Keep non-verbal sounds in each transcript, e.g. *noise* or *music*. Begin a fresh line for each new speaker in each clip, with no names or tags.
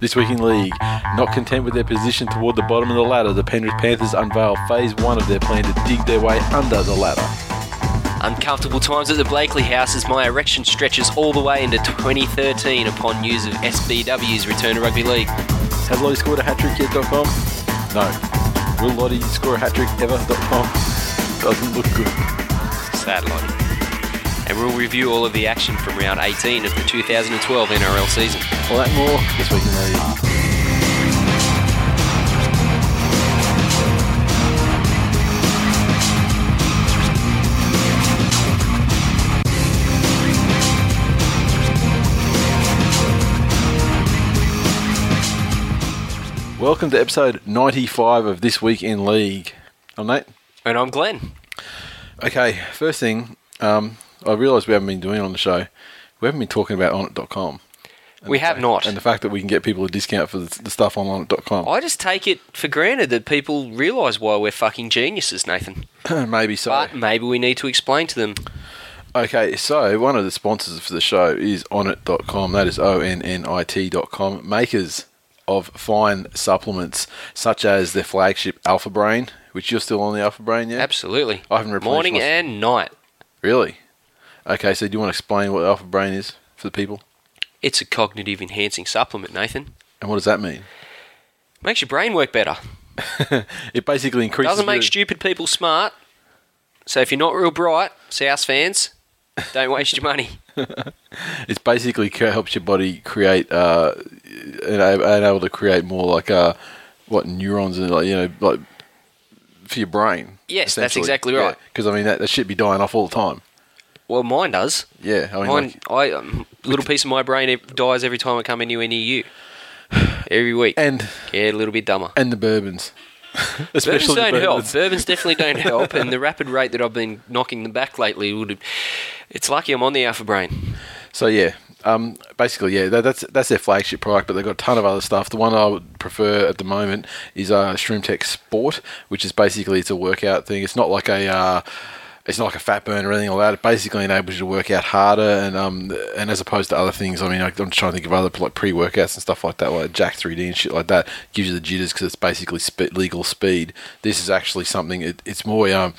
This week in league, not content with their position toward the bottom of the ladder, the Penrith Panthers unveil phase one of their plan to dig their way under the ladder.
Uncomfortable times at the Blakely house as my erection stretches all the way into 2013 upon news of SBW's return to rugby league.
Has Lottie scored a hat trick yet? Dot com? No. Will Lottie score a hat trick ever? Dot com? Doesn't look good.
Sad Lottie. And we'll review all of the action from round 18 of the 2012 NRL season.
All that and more this week in league. Welcome to episode 95 of This Week in League. I'm Nate.
And I'm Glenn.
Okay, first thing, um, I realise we haven't been doing it on the show. We haven't been talking about onit.com.
we have not.
And the fact that we can get people a discount for the, the stuff on onit.com.
I just take it for granted that people realise why we're fucking geniuses, Nathan.
*laughs* Maybe so.
But maybe we need to explain to them.
Okay, so one of the sponsors for the show is onit.com. That is O N N I T.com. Makers of fine supplements such as their flagship Alpha Brain, which you're still on the Alpha Brain, yeah?
Absolutely.
I haven't replenished
Morning
my-
and night.
Really? Okay, so do you want to explain what Alpha Brain is for the people?
It's a cognitive enhancing supplement, Nathan.
And what does that mean?
Makes your brain work better.
It basically increases.
Doesn't make
your-
stupid people smart. So if you're not real bright, South fans, don't waste your money.
It's basically c- helps your body create uh, and able to create more like uh, what neurons and like you know like for your brain.
Yes, that's
essentially.
exactly right.
Because I mean that, that shit be dying off all the time.
*laughs* Well, mine does.
Yeah, I mean
Mine,
like-
I um, little piece of my brain ev- dies every time I come anywhere near you. Every week,
and
get a little bit dumber.
and the bourbons, *laughs*
Bourbons
especially the
don't help.
bourbons.
Bourbons definitely don't help,
*laughs*
and the rapid rate that I've been knocking them back lately would. It's lucky I'm on the alpha brain.
So yeah, um, basically yeah, that, that's that's their flagship product, but they've got a ton of other stuff. The one I would prefer at the moment is uh, Shroomtech Sport, which is basically it's a workout thing. It's not like a uh, it's not like a fat burn or anything like that. It basically enables you to work out harder and um and as opposed to other things. I mean, I, I'm just trying to think of other like pre workouts and stuff like that, like Jack 3D and shit like that. Gives you the jitters because it's basically spe- legal speed. This is actually something. It, it's more um,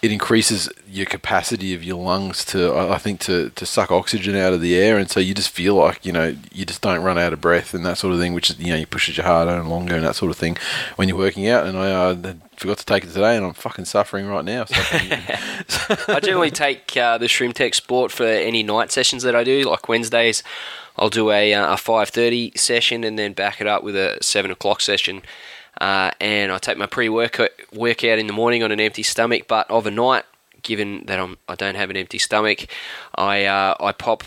it increases your capacity of your lungs to I I think to to suck oxygen out of the air, and so you just feel like you know you just don't run out of breath and that sort of thing, which is you know you pushes you harder and longer and that sort of thing when you're working out. And I uh, forgot to take it today, and I'm fucking suffering right now. So
I generally take uh, the Shroom Tech Sport for any night sessions that I do, like Wednesdays. I'll do a, uh, a 5.30 session and then back it up with a 7 o'clock session. Uh, and I take my pre-workout workout in the morning on an empty stomach, but overnight, given that I'm, I don't have an empty stomach, I, uh, I pop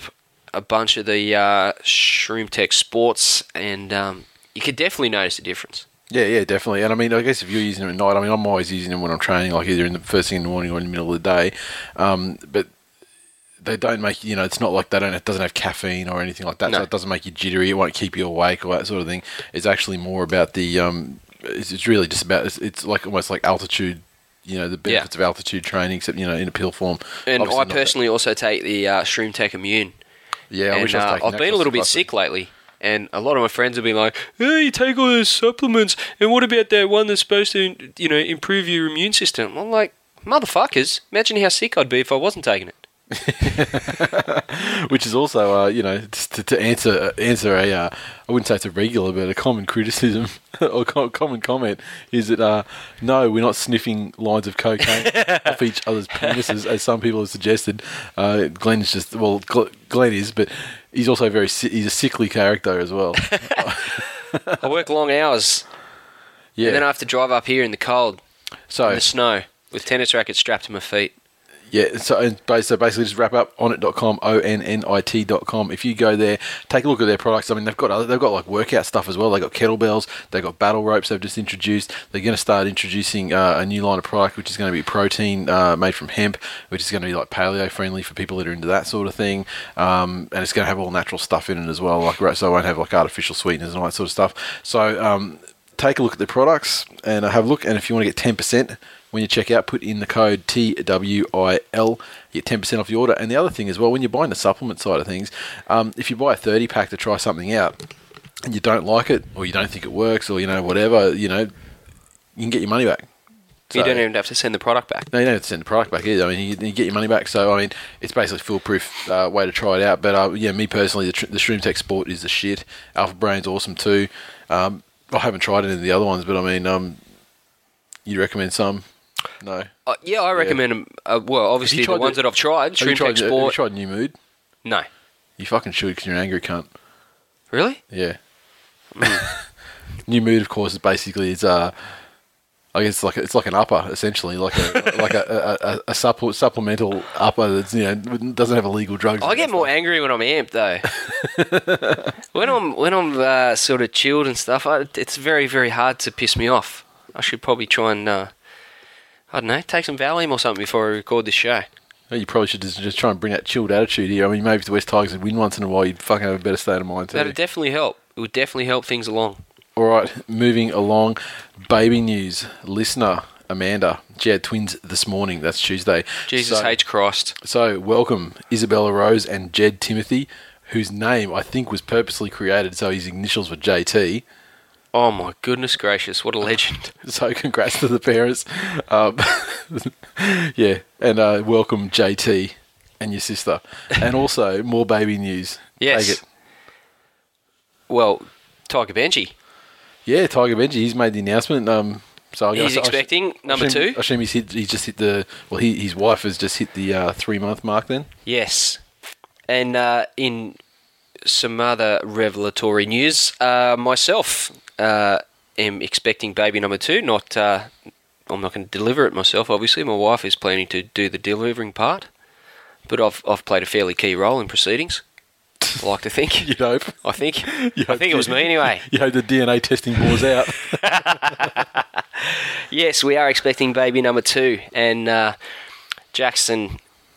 a bunch of the uh, Shroom Tech Sports and um, you could definitely notice the difference.
Yeah, yeah, definitely. And I mean, I guess if you're using them at night, I mean, I'm always using them when I'm training, like either in the first thing in the morning or in the middle of the day. Um, but they don't make you know, it's not like they don't it doesn't have caffeine or anything like that,
No.
so it doesn't make you jittery. It won't keep you awake or that sort of thing. It's actually more about the um, it's, it's really just about it's, it's like almost like altitude. You know the
Yeah.
benefits of altitude training, except you know in a pill form.
And
Obviously
I
not that-
personally also take the uh, Shroom Tech Immune.
yeah, I
and,
wish I was
uh,
taking
I've
that
been a
'cause
little bit
it's like-
sick lately, and a lot of my friends have been like, "Hey, you take all those supplements, and what about that one that's supposed to, you know, improve your immune system?" I'm like, "Motherfuckers, imagine how sick I'd be if I wasn't taking it."
which is also, uh, you know, just to, to answer answer a, uh, I wouldn't say it's a regular, but a common criticism *laughs* or co- common comment is that uh, no, we're not sniffing lines of
*laughs*
cocaine off each other's penises, as some people have suggested. Uh, Glenn is just well, Gl- Glenn is, but he's also very si- he's a sickly character as
*laughs*
well.
I work long hours,
Yeah. Oh.
and then I have to drive up here in the cold,
so
in the snow, with tennis rackets strapped to my feet.
Yeah, so and ba- so basically just wrap up onit.com, O N N I T.com. If you go there, take a look at their products. I mean, they've got other, they've got like workout stuff as well. They've got kettlebells, they've got battle ropes they've just introduced. They're going to start introducing uh, a new line of product, which is going to be protein uh, made from hemp, which is going to be like paleo friendly for people that are into that sort of thing. Um, and it's going to have all natural stuff in it as well, like right, so it won't have like artificial sweeteners and all that sort of stuff. So, um, take a look at the products and uh, have a look. And if you want to get 10% when you check out, put in the code TWIL, you get 10% off your order. And the other thing as well, when you're buying the supplement side of things, um, if you buy a 30 pack to try something out and you don't like it or you don't think it works or, you know, whatever, you know, you can get your money back.
you don't
So-
even have to send the product back.
no, you don't have to send the product back either. I mean, you, you get your money back. So, I mean, it's basically a foolproof uh, way to try it out. But, uh, yeah, me personally, the, tr- the Shroom Tech Sport is the shit. Alpha Brain's awesome too. Um, I haven't tried any of the other ones, but I mean, um, you recommend some? No.
Uh, yeah, I recommend 'em, Uh, well, obviously the
tried
ones
the-
that I've tried.
Have you,
Shrimp
tried, have you
Export.
tried New Mood?
No.
You fucking should because you're an angry cunt.
Really?
Yeah.
Mm.
*laughs* New Mood, of course, is basically it's uh, I guess like it's like an upper essentially, like a like a, a, a, a supple, supplemental upper that's you know doesn't have illegal drugs. in
I
it.
get more angry when I'm amped though.
*laughs*
when I'm when I'm uh, sort of chilled and stuff, I, it's very very hard to piss me off. I should probably try and uh, I don't know, take some Valium or something before I record this show.
You probably should just, just try and bring that chilled attitude here. I mean, maybe if the West Tigers would win once in a while, you'd fucking have a better state of mind too.
That'd definitely help. It would definitely help things along.
All right, moving along. Baby news listener Amanda. She had twins this morning. That's Tuesday.
Jesus
So-
H Christ.
So, welcome Isabella Rose and Jed Timothy, whose name I think was purposely created so his initials were JT.
Oh my goodness gracious! What a legend.
*laughs* So, congrats to the parents. Um, *laughs* yeah, and uh, welcome JT and your sister. And also, more baby news.
Yes.
Take it.
Well, Tiger Benji.
Yeah, Tiger Benji, he's made the announcement. Um, so I
He's
guess I- I
expecting
I
number
assume-
two?
I assume he's, hit, he's just hit the. Well, he, his wife has just hit the uh, three month mark. *laughs* Then
Yes. And uh, in some other revelatory news, uh, myself uh, am expecting baby number two. Not, uh, I'm not going to deliver it myself. Obviously, my wife is planning to do the delivering part, but I've I've played a fairly key role in proceedings. I like
*laughs*
to think.
you'd hope.
I think.
You
I think it was me anyway.
You hope the DNA testing bores out.
Yes, we are expecting baby number two, and uh, Jackson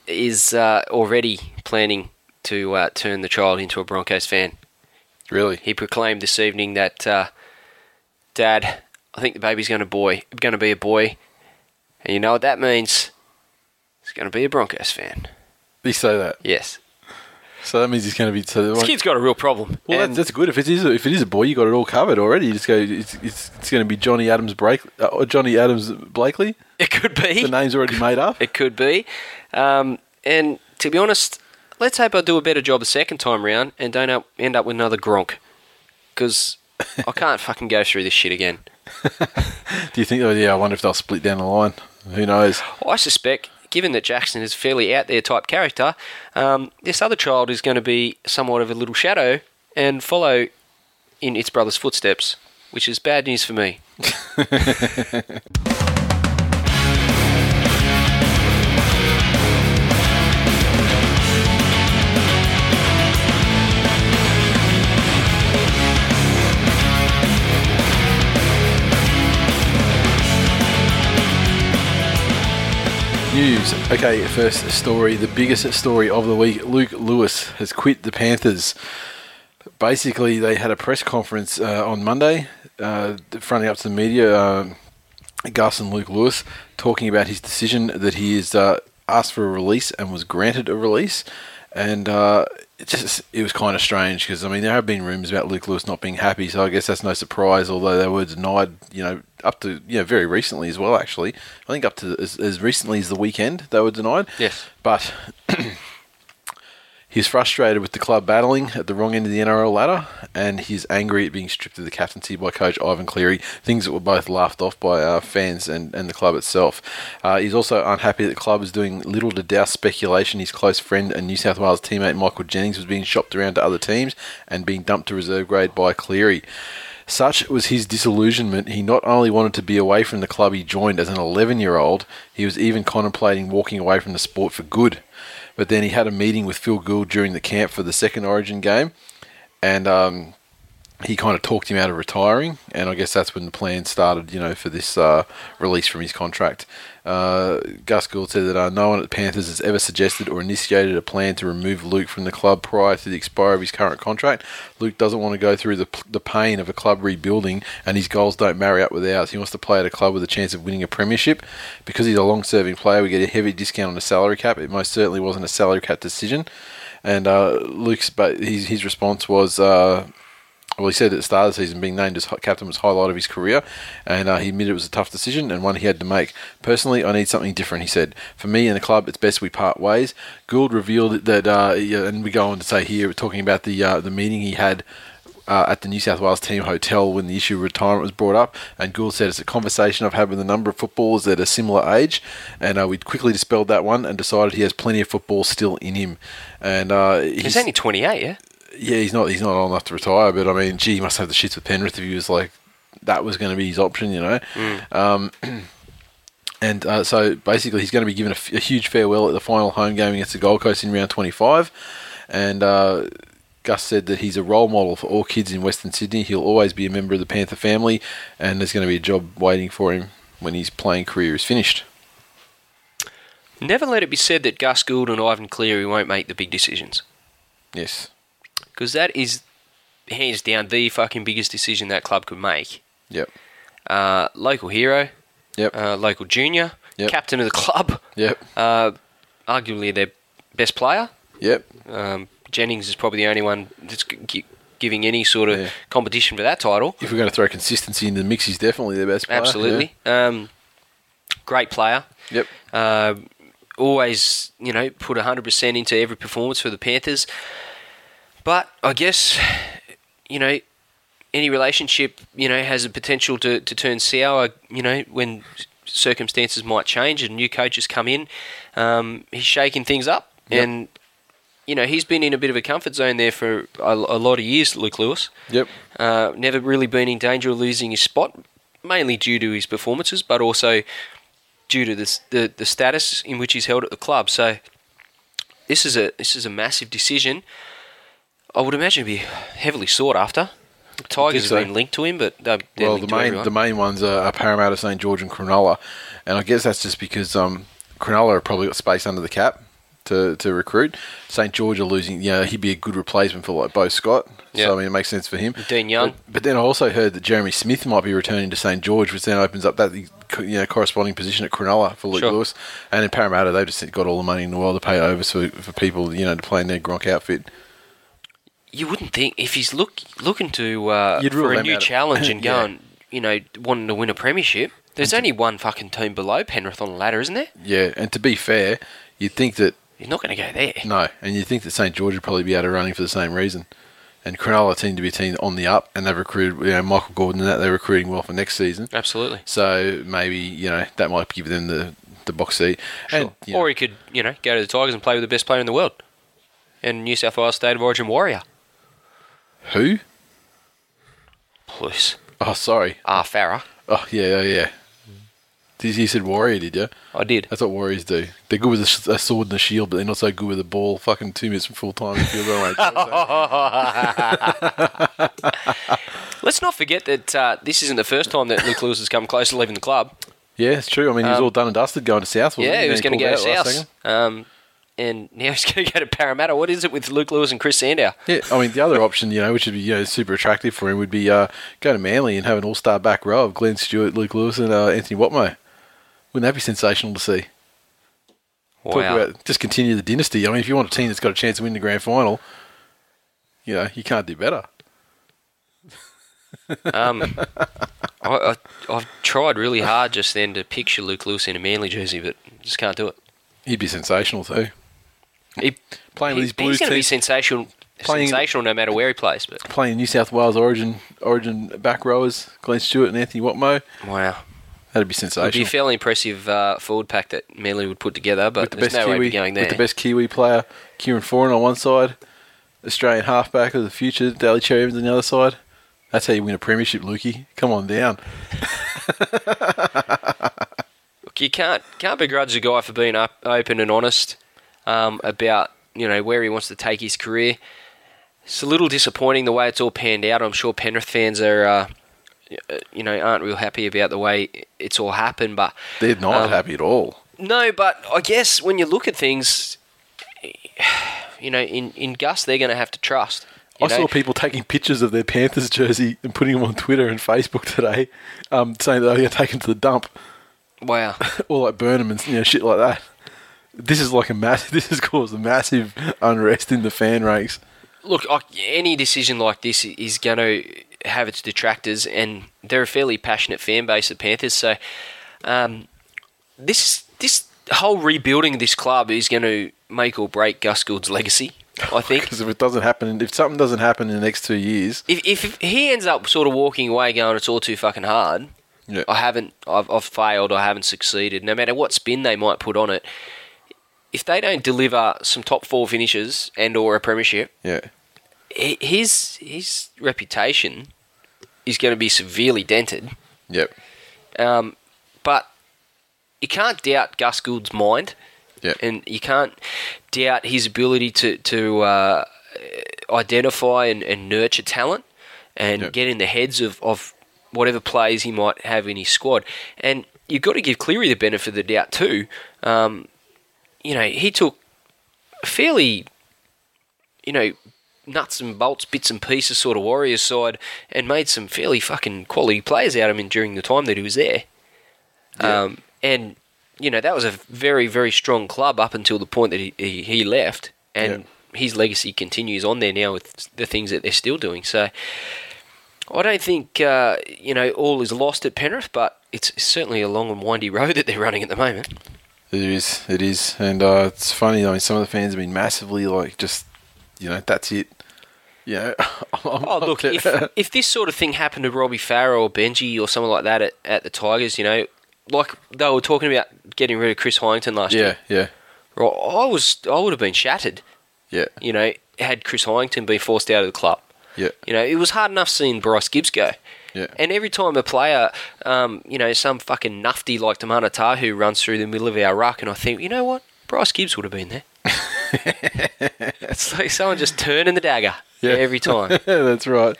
is uh, already planning to uh, turn the child into a Broncos fan.
*laughs* really?
He proclaimed this evening that, uh, Dad, I think the baby's going to boy, going to be a boy, and you know what that means? He's going to be a Broncos fan.
They say that.
Yes,
So that means he's going to be. So
this kid's got a real problem.
well, that's,
And-
that's good. If it is, a, if it is a boy, you got it all covered already. You just go. It's, it's, it's going to be Johnny Adams Blake, uh, or Johnny Adams Blakely.
it could be.
The name's already made
*laughs*
up.
It could be. Um, and to be honest, let's hope I do a better job the second time round and don't up- end up with another Gronk. Because I can't fucking go through this shit again.
Do you think? Oh, yeah. I wonder if they'll split down the line. Who knows?
I suspect, given that Jackson is a fairly out there type character, um, this other child is going to be somewhat of a little shadow and follow in its brother's footsteps, which is bad news for me.
News. Okay, first story, the biggest story of the week. Luke Lewis has quit the Panthers. Basically, they had a press conference uh, on Monday, uh, fronting up to the media. Um, Gus and Luke Lewis talking about his decision that he is uh, asked for a release and was granted a release, and uh, it just it was kind of strange because I mean there have been rumours about Luke Lewis not being happy, so I guess that's no surprise. Although they were denied, you know, up to you know very recently as well. Actually, I think up to as, as recently as the weekend they were denied.
Yes.
but He's frustrated with the club battling at the wrong end of the NRL ladder, and he's angry at being stripped of the captaincy by coach Ivan Cleary, things that were both laughed off by uh, fans and, and the club itself. Uh, he's also unhappy that the club is doing little to douse speculation his close friend and New South Wales teammate Michael Jennings was being shopped around to other teams and being dumped to reserve grade by Cleary. Such was his disillusionment, he not only wanted to be away from the club he joined as an 11 year old, he was even contemplating walking away from the sport for good. But then he had a meeting with Phil Gould during the camp for the second Origin game, and um, he kind of talked him out of retiring, and I guess that's when the plan started, you know, for this uh, release from his contract. Uh, Gus Gould said that uh, no one at the Panthers has ever suggested or initiated a plan to remove Luke from the club prior to the expiry of his current contract. Luke doesn't want to go through the, the pain of a club rebuilding, and his goals don't marry up with ours. He wants to play at a club with a chance of winning a premiership. Because he's a long serving player, we get a heavy discount on the salary cap. It most certainly wasn't a salary cap decision. And uh, Luke's but his, his response was. Uh, well, he said at the start of the season being named as captain was highlight of his career, and uh, he admitted it was a tough decision and one he had to make. Personally, I need something different, he said. For me and the club, it's best we part ways. Gould revealed that, uh, yeah, and we go on to say here, we're talking about the uh, the meeting he had. Uh, at the New South Wales team hotel when the issue of retirement was brought up, and Gould said it's a conversation I've had with a number of footballers that are similar age, and uh, we quickly dispelled that one and decided he has plenty of football still in him. And uh,
He's only 28, yeah?
yeah, he's not he's not old enough to retire, but I mean, gee, he must have the shits with Penrith if he was like that was going to be his option, you know. Um, *clears throat* and uh, so basically, he's going to be given a, f- a huge farewell at the final home game against the Gold Coast in round 25. And uh, Gus said that he's a role model for all kids in Western Sydney. He'll always be a member of the Panther family, and there's going to be a job waiting for him when his playing career is finished.
Never let it be said that Gus Gould and Ivan Cleary won't make the big decisions.
Yes.
Because that is, hands down, the fucking biggest decision that club could make.
Yep.
Uh, local hero,
Yep.
uh, local junior,
Yep.
captain of the club,
yep.
uh, arguably their best player.
Yep.
Um, Jennings is probably the only one that's g- gi- giving any sort of
Yeah.
competition for that title.
If we're going to throw consistency into the mix, he's definitely their best player. yeah.
Absolutely. Um, great player.
Yep.
Uh, always, you know, put 100% into every performance for the Panthers. But I guess, you know, any relationship, you know, has a potential to, to turn sour, you know, when circumstances might change and new coaches come in. Um, he's shaking things up.
Yep.
And, you know, he's been in a bit of a comfort zone there for a, a lot of years, Luke Lewis.
Yep.
Uh, never really been in danger of losing his spot, mainly due to his performances, but also due to this, the the status in which he's held at the club. So this is a this is a massive decision. I would imagine it'd be heavily sought after. Tigers
so.
have been linked to him, but they're, they're
well, the
linked to
main
everyone.
the main ones are, are Parramatta, St George, and Cronulla, and I guess that's just because um, Cronulla have probably got space under the cap to, to recruit. St George are losing. You know, he'd be a good replacement for like Bo Scott.
Yeah.
So I mean, it makes sense for him.
Dean Young.
But, but then I also heard that Jeremy Smith might be returning to St George, which then opens up that you know corresponding position at Cronulla for Luke
Sure.
Lewis. And in Parramatta, they've just got all the money in the world to pay over for, for people you know to play in their Gronk outfit.
you wouldn't think if he's look looking to uh,
You'd
for
rule
a
them
new
out. *coughs*
challenge and
Yeah.
going, you know, wanting to win a premiership. There's only one fucking team below Penrith on the ladder, isn't there?
Yeah, and to be fair, you'd think that
He's not going to go there.
No, and you think that St George would probably be out of running for the same reason. And Cronulla seem to be a team on the up, and they've recruited you know, Michael Gordon and that they're recruiting well for next season.
Absolutely.
So maybe you know that might give them the, the box seat. And,
Sure.
you know,
Or he could, you know, go to the Tigers and play with the best player in the world. And New South Wales State of Origin Warrior.
who?
Plus
Oh, sorry.
R. Ah, Farah.
Oh yeah, yeah, yeah. Did you said warrior? Did you?
I did.
That's what warriors do. They're good with a, s- a sword and a shield, but they're not so good with a ball. Fucking two minutes from full time. if you're right.
*laughs* Let's not forget that uh, this isn't the first time that Luke Lewis has come close to leaving
*laughs*
the club.
yeah, it's true. I mean, he was all done and dusted going to South. Wasn't
Um, yeah, he was
Then
going to go
pulled out last
south.
second.
Um, and now *laughs* he's going to go to Parramatta. What is it with Luke Lewis and Chris Sandow?
Yeah, I mean the other option, you know, which would be you know super attractive for him, would be uh, go to Manly and have an all-star back row of Glenn Stewart, Luke Lewis, and uh, Anthony Watmo. Wouldn't that be sensational to see?
Wow.
Talk about just continue the dynasty. I mean, if you want a team that's got a chance to win the grand final, you know, you can't do better.
Um,
*laughs*
I, I, I've tried really hard just then to picture Luke Lewis in a manly jersey, but just can't do it.
He'd be sensational too,
He,
Playing with
he-
his Blues
he's going to be
team.
sensational,
Playing-
sensational no matter where he plays. But
playing New South Wales Origin Origin back rowers, Glenn Stewart and Anthony Watmo.
wow,
That'd be
It'd be
sensational.
a fairly impressive uh, forward pack that Manly would put together, but
with the
there's
best
no way
Kiwi,
we'd be going there.
with the best Kiwi player, Kieran Foran on one side, Australian halfback of the future, Daly Cherry Evans on the other side. That's how you win a premiership, Lukey. Come on down.
Look, you can't can't begrudge a guy for being up, open and honest um, about you know where he wants to take his career. It's a little disappointing the way it's all panned out. I'm sure Penrith fans are, uh, you know, aren't real happy about the way it's all happened. But
They're not
Um,
happy at all.
no, but I guess when you look at things, *sighs* you know, in, in Gus, they're going to have to trust.
I
you know.
saw people taking pictures of their Panthers jersey and putting them on Twitter and Facebook today, um, saying that they were going to take them to the dump
Wow.
or like burn them and you know shit like that. This is like a massive. *laughs* This has caused a massive unrest in the fan ranks.
Look, I- any decision like this is going to have its detractors, and they're a fairly passionate fan base, the Panthers. So, um, this this whole rebuilding of this club is going to make or break Gus Gould's legacy. I think
Because if it doesn't happen, if something doesn't happen in the next two years,
if, if he ends up sort of walking away, going, "It's all too fucking hard,"
yeah,
I haven't. I've, I've failed. I haven't succeeded. No matter what spin they might put on it, if they don't deliver some top four finishes and or a premiership,
yeah,
hi- his his reputation is going to be severely dented.
yep,
Um, but you can't doubt Gus Gould's mind,
yep,
and you can't doubt his ability to to uh, identify and, and nurture talent and
Yep.
get in the heads of, of whatever players he might have in his squad. And you've got to give Cleary the benefit of the doubt too. Um, you know, he took fairly, you know, nuts and bolts, bits and pieces sort of Warriors side and made some fairly fucking quality players out of him during the time that he was there. Um, and, you know, that was a very, very strong club up until the point that he, he, he left. And his legacy continues on there now with the things that they're still doing. So I don't think, uh, you know, all is lost at Penrith, but it's certainly a long and windy *laughs* road that they're running at the moment.
It is, it is, and uh, it's funny. I mean, some of the fans have been massively like, just you know, that's it. Yeah. *laughs*
Oh, look, if, if this sort of thing happened to Robbie Farrow or Benji or someone like that at, at the Tigers, you know, like they were talking about getting rid of Chris Hyington last
yeah,
year.
yeah,
Right, I was I would have been shattered,
yeah,
you know, had Chris Hyington been forced out of the club.
yeah,
You know, it was hard enough seeing Bryce Gibbs go.
Yeah.
And every time a player, um, you know, some fucking nufty like Tamana Tahu runs through the middle of our ruck, and I think, you know what? Bryce Gibbs would have
*laughs*
been there. it's like someone just turning the dagger
Yeah.
every time.
*laughs* That's right.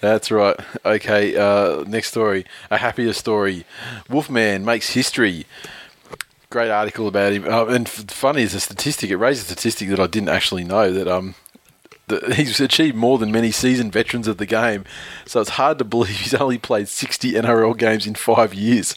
That's right. Okay, uh, next story. A happier story. Wolfman makes history. Great article about him. Uh, and f- funny is a statistic. It raised a statistic that I didn't actually know that um, that *laughs* he's achieved more than many seasoned veterans of the game. So it's hard to believe he's only played 60 NRL games in five years.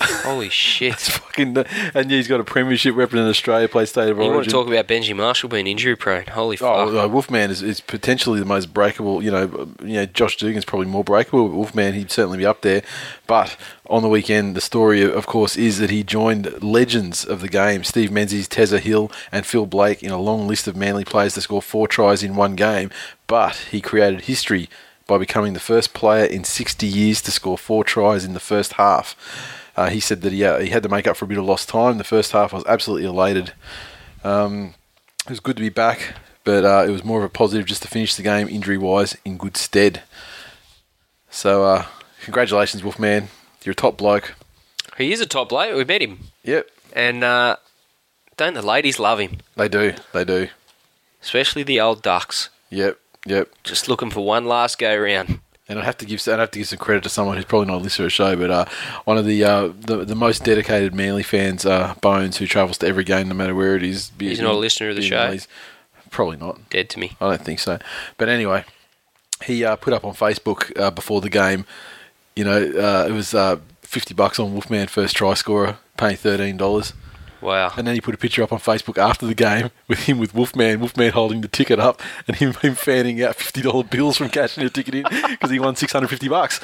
Holy shit.
Fucking, uh, and he's got a premiership representing Australia, played state of
You
origin.
want to talk about Benji Marshall being injury prone? Holy fuck!
Oh, well, uh, Wolfman is, is potentially the most breakable. You know, um, you know, Josh Dugan's probably more breakable. But Wolfman, he'd certainly be up there. But on the weekend, the story, of course, is that he joined legends of the game: Steve Menzies, Tezza Hill, and Phil Blake in a long list of Manly players to score four tries in one game. But he created history by becoming the first player in 60 years to score four tries in the first half. Uh, he said that he, uh, he had to make up for a bit of lost time. The first half, I was absolutely elated it was good to be back, but uh, it was more of a positive just to finish the game injury wise in good stead. So, uh, congratulations, Wolfman. You're a top bloke.
he is a top bloke. We met him,
Yep,
and uh, don't the ladies love him?
they do. They do.
Especially the old ducks,
Yep, yep.
just looking for one last go round.
And I'd have to give I'd have to give some credit to someone who's probably not a listener to the show, but uh, one of the, uh, the the most dedicated Manly fans, uh, Bones, who travels to every game no matter where it is. be
He's
it
not a
in-
listener of the
be it
show.
Manly's- Probably not.
Dead to me.
I don't think so. But anyway, he uh, put up on Facebook uh, before the game. You know, uh, it was uh, fifty bucks on Wolfman first try scorer, paying thirteen dollars,
Wow.
and then he put a picture up on Facebook after the game *laughs* with him with Wolfman, Wolfman holding the ticket up, and him, him fanning out fifty dollar bills from cashing the ticket in *laughs* because he won six hundred fifty bucks.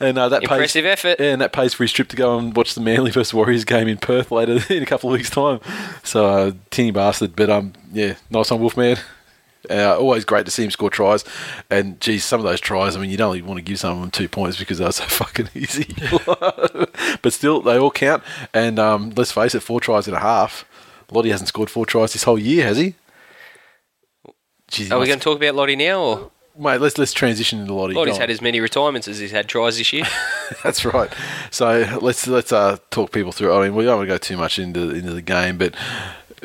And uh, that
Impressive
pays,
effort.
yeah, and that pays for his trip to go and watch the Manly versus Warriors game in Perth later *laughs* in a couple of weeks' time. So, uh, tinny bastard, but um, yeah, nice on Wolfman. Uh, always great to see him score tries, and geez, some of those tries. I mean, you'd only want to give some of them two points because they were so *laughs* fucking easy. but still, they all count. And um, let's face it, four tries and a half. Lottie hasn't scored four tries this whole year, has he? Geez, he
Are we
must-
going to talk about Lottie now, or
mate, let's let's transition into Lottie.
Lottie's
Go
had
on.
as many retirements as he's had tries this year.
*laughs* That's right. So let's let's uh, talk people through. I mean, we don't want to go too much into into the game, but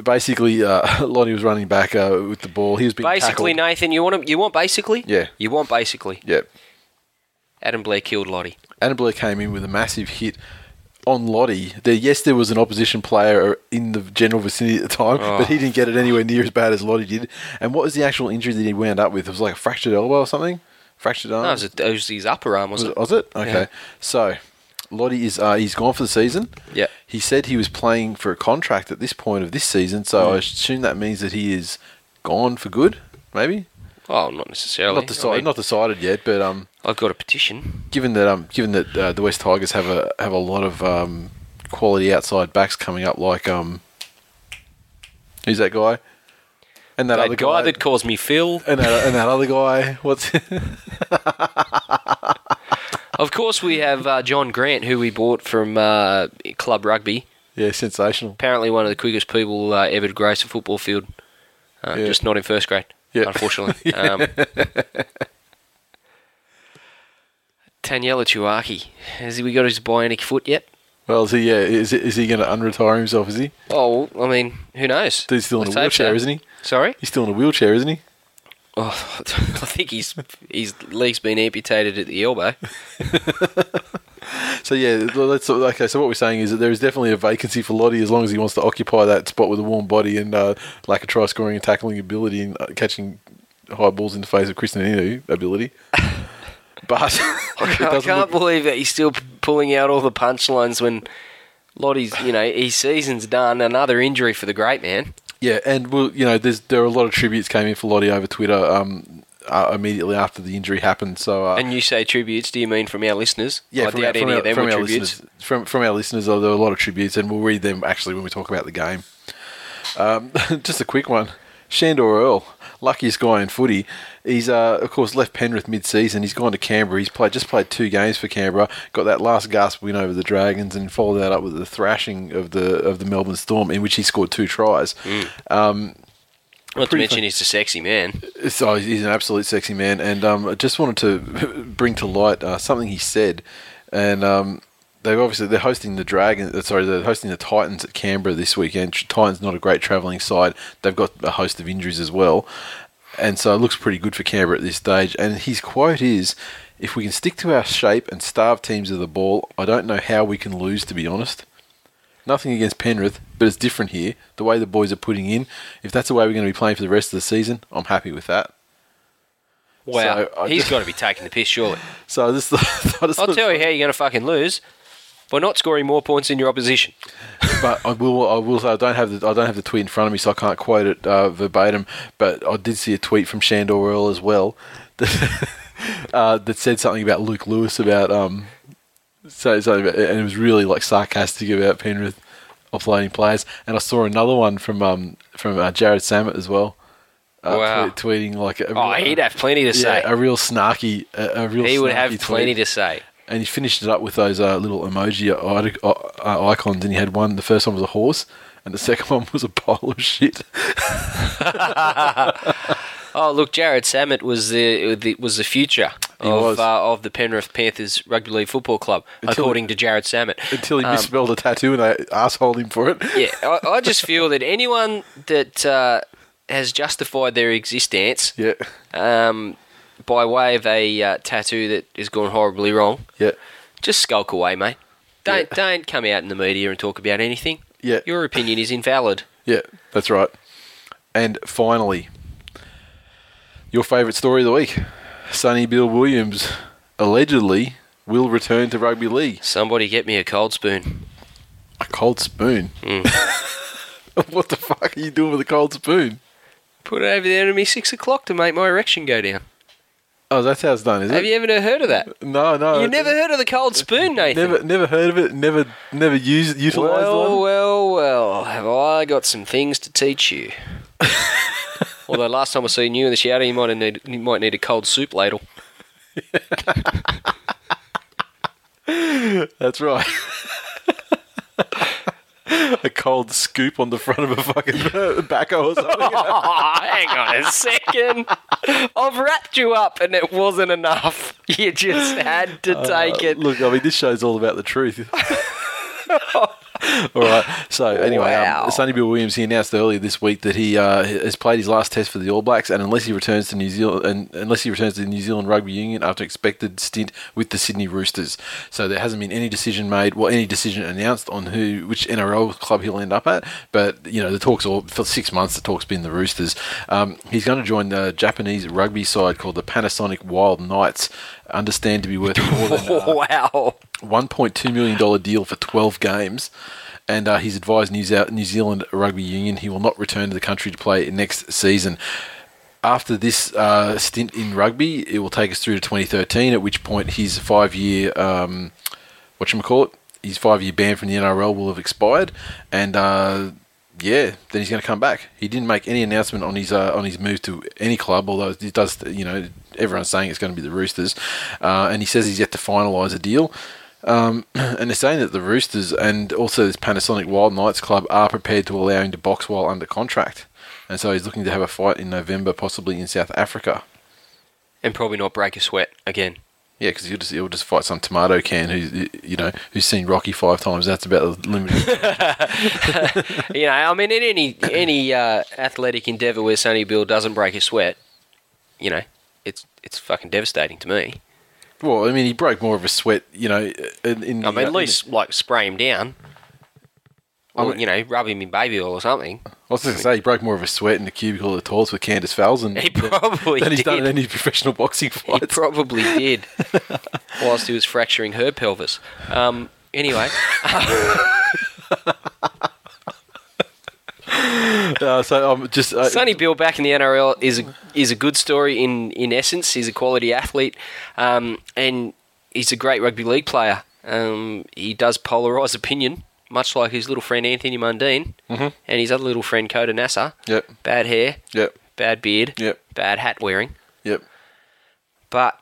basically, uh, *laughs* Lottie was running back uh, with the ball. *laughs* He was being
basically,
tackled.
Nathan, you want him, you want basically?
Yeah.
You want basically.
Yeah,
Adam Blair killed Lottie.
Annabelle came in with a massive hit on Lottie. There, yes, there was an opposition player in the general vicinity at the time,
Oh.
but he didn't get it anywhere near as bad as Lottie did. And what was the actual injury that he wound up with? It was like a fractured elbow or something. Fractured arm.
No, it was, it was his upper arm,
Was
wasn't
it,
it?
Oh. was it? Okay.
Yeah.
So, Lottie is uh, he's gone for the season.
Yeah.
He said he was playing for a contract at this point of this season, so
Mm.
I assume that means that he is gone for good. Maybe
Oh, not necessarily.
not decided,
I mean,
not decided yet, but um,
I've got a petition.
given that um, given that uh, the West Tigers have a have a lot of um, quality outside backs coming up, like um, who's that guy? And that,
That
other
guy, that calls me Phil.
and that, and that other guy. What's *laughs*
Of course, we have uh, John Grant, who we bought from uh, Club Rugby.
yeah, sensational.
Apparently, one of the quickest people uh, ever to grace a football field. Uh,
Yeah.
Just not in first grade,
*laughs* Yeah.
unfortunately. Um, Taniela Tuaki. Has we got his bionic foot yet?
Well, is he? Yeah, is he- is he going to unretire himself? Is he?
Oh, well, I mean, who knows?
He's still in
Let's
a
hope
wheelchair,
so.
isn't he?
Sorry? *laughs*
He's still in a wheelchair, isn't he?
Oh, I think his his leg's been amputated at the elbow.
So yeah, let's okay. So what we're saying is that there is definitely a vacancy for Lottie as long as he wants to occupy that spot with a warm body and uh, lack of try scoring and tackling ability and uh, catching high balls in the face of Kristen Inu ability. *laughs* But
I
it
can't
doesn't look-
believe that he's still p- pulling out all the punchlines when Lottie's, you know, his season's done. Another injury for the great man.
Yeah, and well, you know, there's there are a lot of tributes came in for Lottie over Twitter um, uh, immediately after the injury happened. So uh,
And you say tributes? Do you mean from our listeners?
Yeah,
I
from,
doubt
our, from,
any
our,
of them
from
were
our
tributes.
listeners, from from our listeners, uh, there were a lot of tributes, and we'll read them actually when we talk about the game. Um, *laughs* just a quick one. Shandor Earl, luckiest guy in footy. He's uh, of course left Penrith mid-season. He's gone to Canberra. He's played just played two games for Canberra. Got that last gasp win over the Dragons, and followed that up with the thrashing of the of the Melbourne Storm, in which he scored two tries.
Mm. Not to
pretty
mention
fun-
he's a sexy man.
So he's an absolute sexy man, and um, I just wanted to *laughs* bring to light uh, something he said, and um, they've obviously they're hosting the Dragon, uh, sorry, they're hosting the Titans at Canberra this weekend. Titans not a great travelling side; they've got a host of injuries as well, and so it looks pretty good for Canberra at this stage. And his quote is, "If we can stick to our shape and starve teams of the ball, I don't know how we can lose." To be honest. Nothing against Penrith, but it's different here. The way the boys are putting in, if that's the way we're going to be playing for the rest of the season, I'm happy with that.
Wow,
So I
he's
just-
got to be taking the piss, surely.
So I just, *laughs* I just
I'll tell you how you're going to fucking lose by not scoring more points than your opposition.
but I will, I will say I don't have the, I don't have the tweet in front of me, so I can't quote it uh, verbatim. But I did see a tweet from Shandor Earl as well *laughs* that, uh, that said something about Luke Lewis about um, so something about, and it was really like sarcastic about Penrith offloading players. And I saw another one from um, from uh, Jared Samet as well. Uh,
Wow.
tweet- tweeting like a,
Oh, he'd have plenty to say.
Yeah, a real snarky, a, a real.
he would
snarky
have plenty
tweet.
to say.
And he finished it up with those uh, little emoji ide- uh, icons, and he had one. The first one was a horse, and the *laughs* second one was a pile of shit. *laughs*
Oh, look, Jared Samet was the, the was the future
He
of
was.
Uh, of the Penrith Panthers Rugby League Football Club,
Until-
according to Jared Samet.
*laughs* Until he misspelled a tattoo, and I assholed him
*laughs*
for it.
yeah, I, I just feel that anyone that uh, has justified their existence
Yeah,
um, by way of a uh, tattoo that has gone horribly wrong,
yeah,
just skulk away, mate. Don't
Yeah.
don't come out in the media and talk about anything.
Yeah.
your opinion is invalid.
yeah. That's right. And finally, your favourite story of the week: Sonny Bill Williams allegedly will return to rugby league.
Somebody get me a cold spoon.
A cold spoon.
Hmm.
*laughs* what the fuck are you doing with a cold spoon?
Put it over there to me six o'clock to make my erection go down.
Oh, that's how it's done, is
Have
it?
you ever heard of that?
No, no.
You never heard of the cold spoon, Nathan?
Uh,
*laughs*
Never, never heard of it. Never, never used, utilized
Well,
one.
well, well. Have I got some things to teach you? Although last time I seen you in the shower, you might have need you might need a cold soup ladle.
That's right. *laughs* a cold scoop on the front of a fucking
*laughs*
backhoe or something.
Oh, hang on a second. *laughs* I've wrapped you up and it wasn't enough. *laughs* You just had to take it.
Look, I mean, this show's all about the truth. *laughs* all right. So anyway,
Wow.
um, Sonny Bill Williams he announced earlier this week that he uh, has played his last test for the All Blacks, and unless he returns to New Zealand, and unless he returns to the New Zealand Rugby Union after expected stint with the Sydney Roosters, so there hasn't been any decision made, well, any decision announced on who which NRL club he'll end up at. But you know, the talks all for six months the talk's been the Roosters. Um, he's going to join the Japanese rugby side called the Panasonic Wild Knights. Understand to be worth more than uh,
wow.
$1.2 million deal for 12 games. And uh, he's advised New, Zea- New Zealand Rugby Union he will not return to the country to play next season. After this uh, stint in rugby, it will take us through to 2013, at which point his five year, um, whatchamacallit, his five year ban from the NRL will have expired. And uh, yeah, then he's going to come back. He didn't make any announcement on his uh, on his move to any club, although it does, you know, everyone's saying it's going to be the Roosters. Uh, and he says he's yet to finalise a deal. Um, and they're saying that the Roosters and also this Panasonic Wild Knights club are prepared to allow him to box while under contract. And so he's looking to have a fight in November, possibly in South Africa.
And probably not break a sweat again.
Yeah, because he'll just, he'll just fight some tomato can who you know who's seen Rocky five times. That's about the
*laughs*
limit.
You know, I mean, in any any uh, athletic endeavour where Sonny Bill doesn't break a sweat, you know, it's it's fucking devastating to me.
well, I mean, he broke more of a sweat, you know. In, in
I mean, at least like spray him down,
I
or
mean-
you know, rub him in baby oil or something.
I was going to say he broke more of a sweat in the cubicle of the toilets with Candace Falzon
*laughs* He probably
than he's
did.
done in any professional boxing
He
fights. *laughs*
probably did, whilst he was fracturing her pelvis. Um,
*laughs*
anyway, *laughs*
*laughs* uh, so I'm just uh,
Sonny Bill back in the NRL is a, is a good story in in essence. He's a quality athlete, um, and he's a great rugby league player. Um, he does polarise opinion, much like his little friend Anthony Mundine and his other little friend Coda Nasser.
Mm-hmm. Yep.
Bad hair,
Yep,
bad beard,
Yep.
bad hat wearing.
yep.
But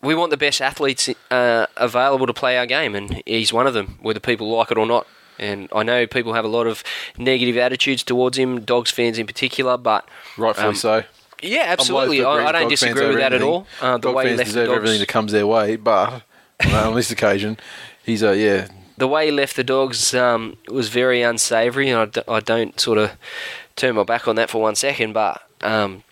we want the best athletes uh, available to play our game, and he's one of them, whether people like it or not. And I know people have a lot of negative attitudes towards him, dogs fans in particular, but
Rightfully
um,
so.
yeah,
I'm loath
absolutely.
to agree
I, I
with
don't
dog
disagree
fans
with
over
that at
anything.
all. Uh, the
dog
way he
fans
left the
deserve
dogs,
everything that comes their way, but *laughs* uh, on this occasion, he's a yeah.
the way he left the dogs um, was very unsavoury, and I, d- I don't sort of turn my back on that for one second. But um,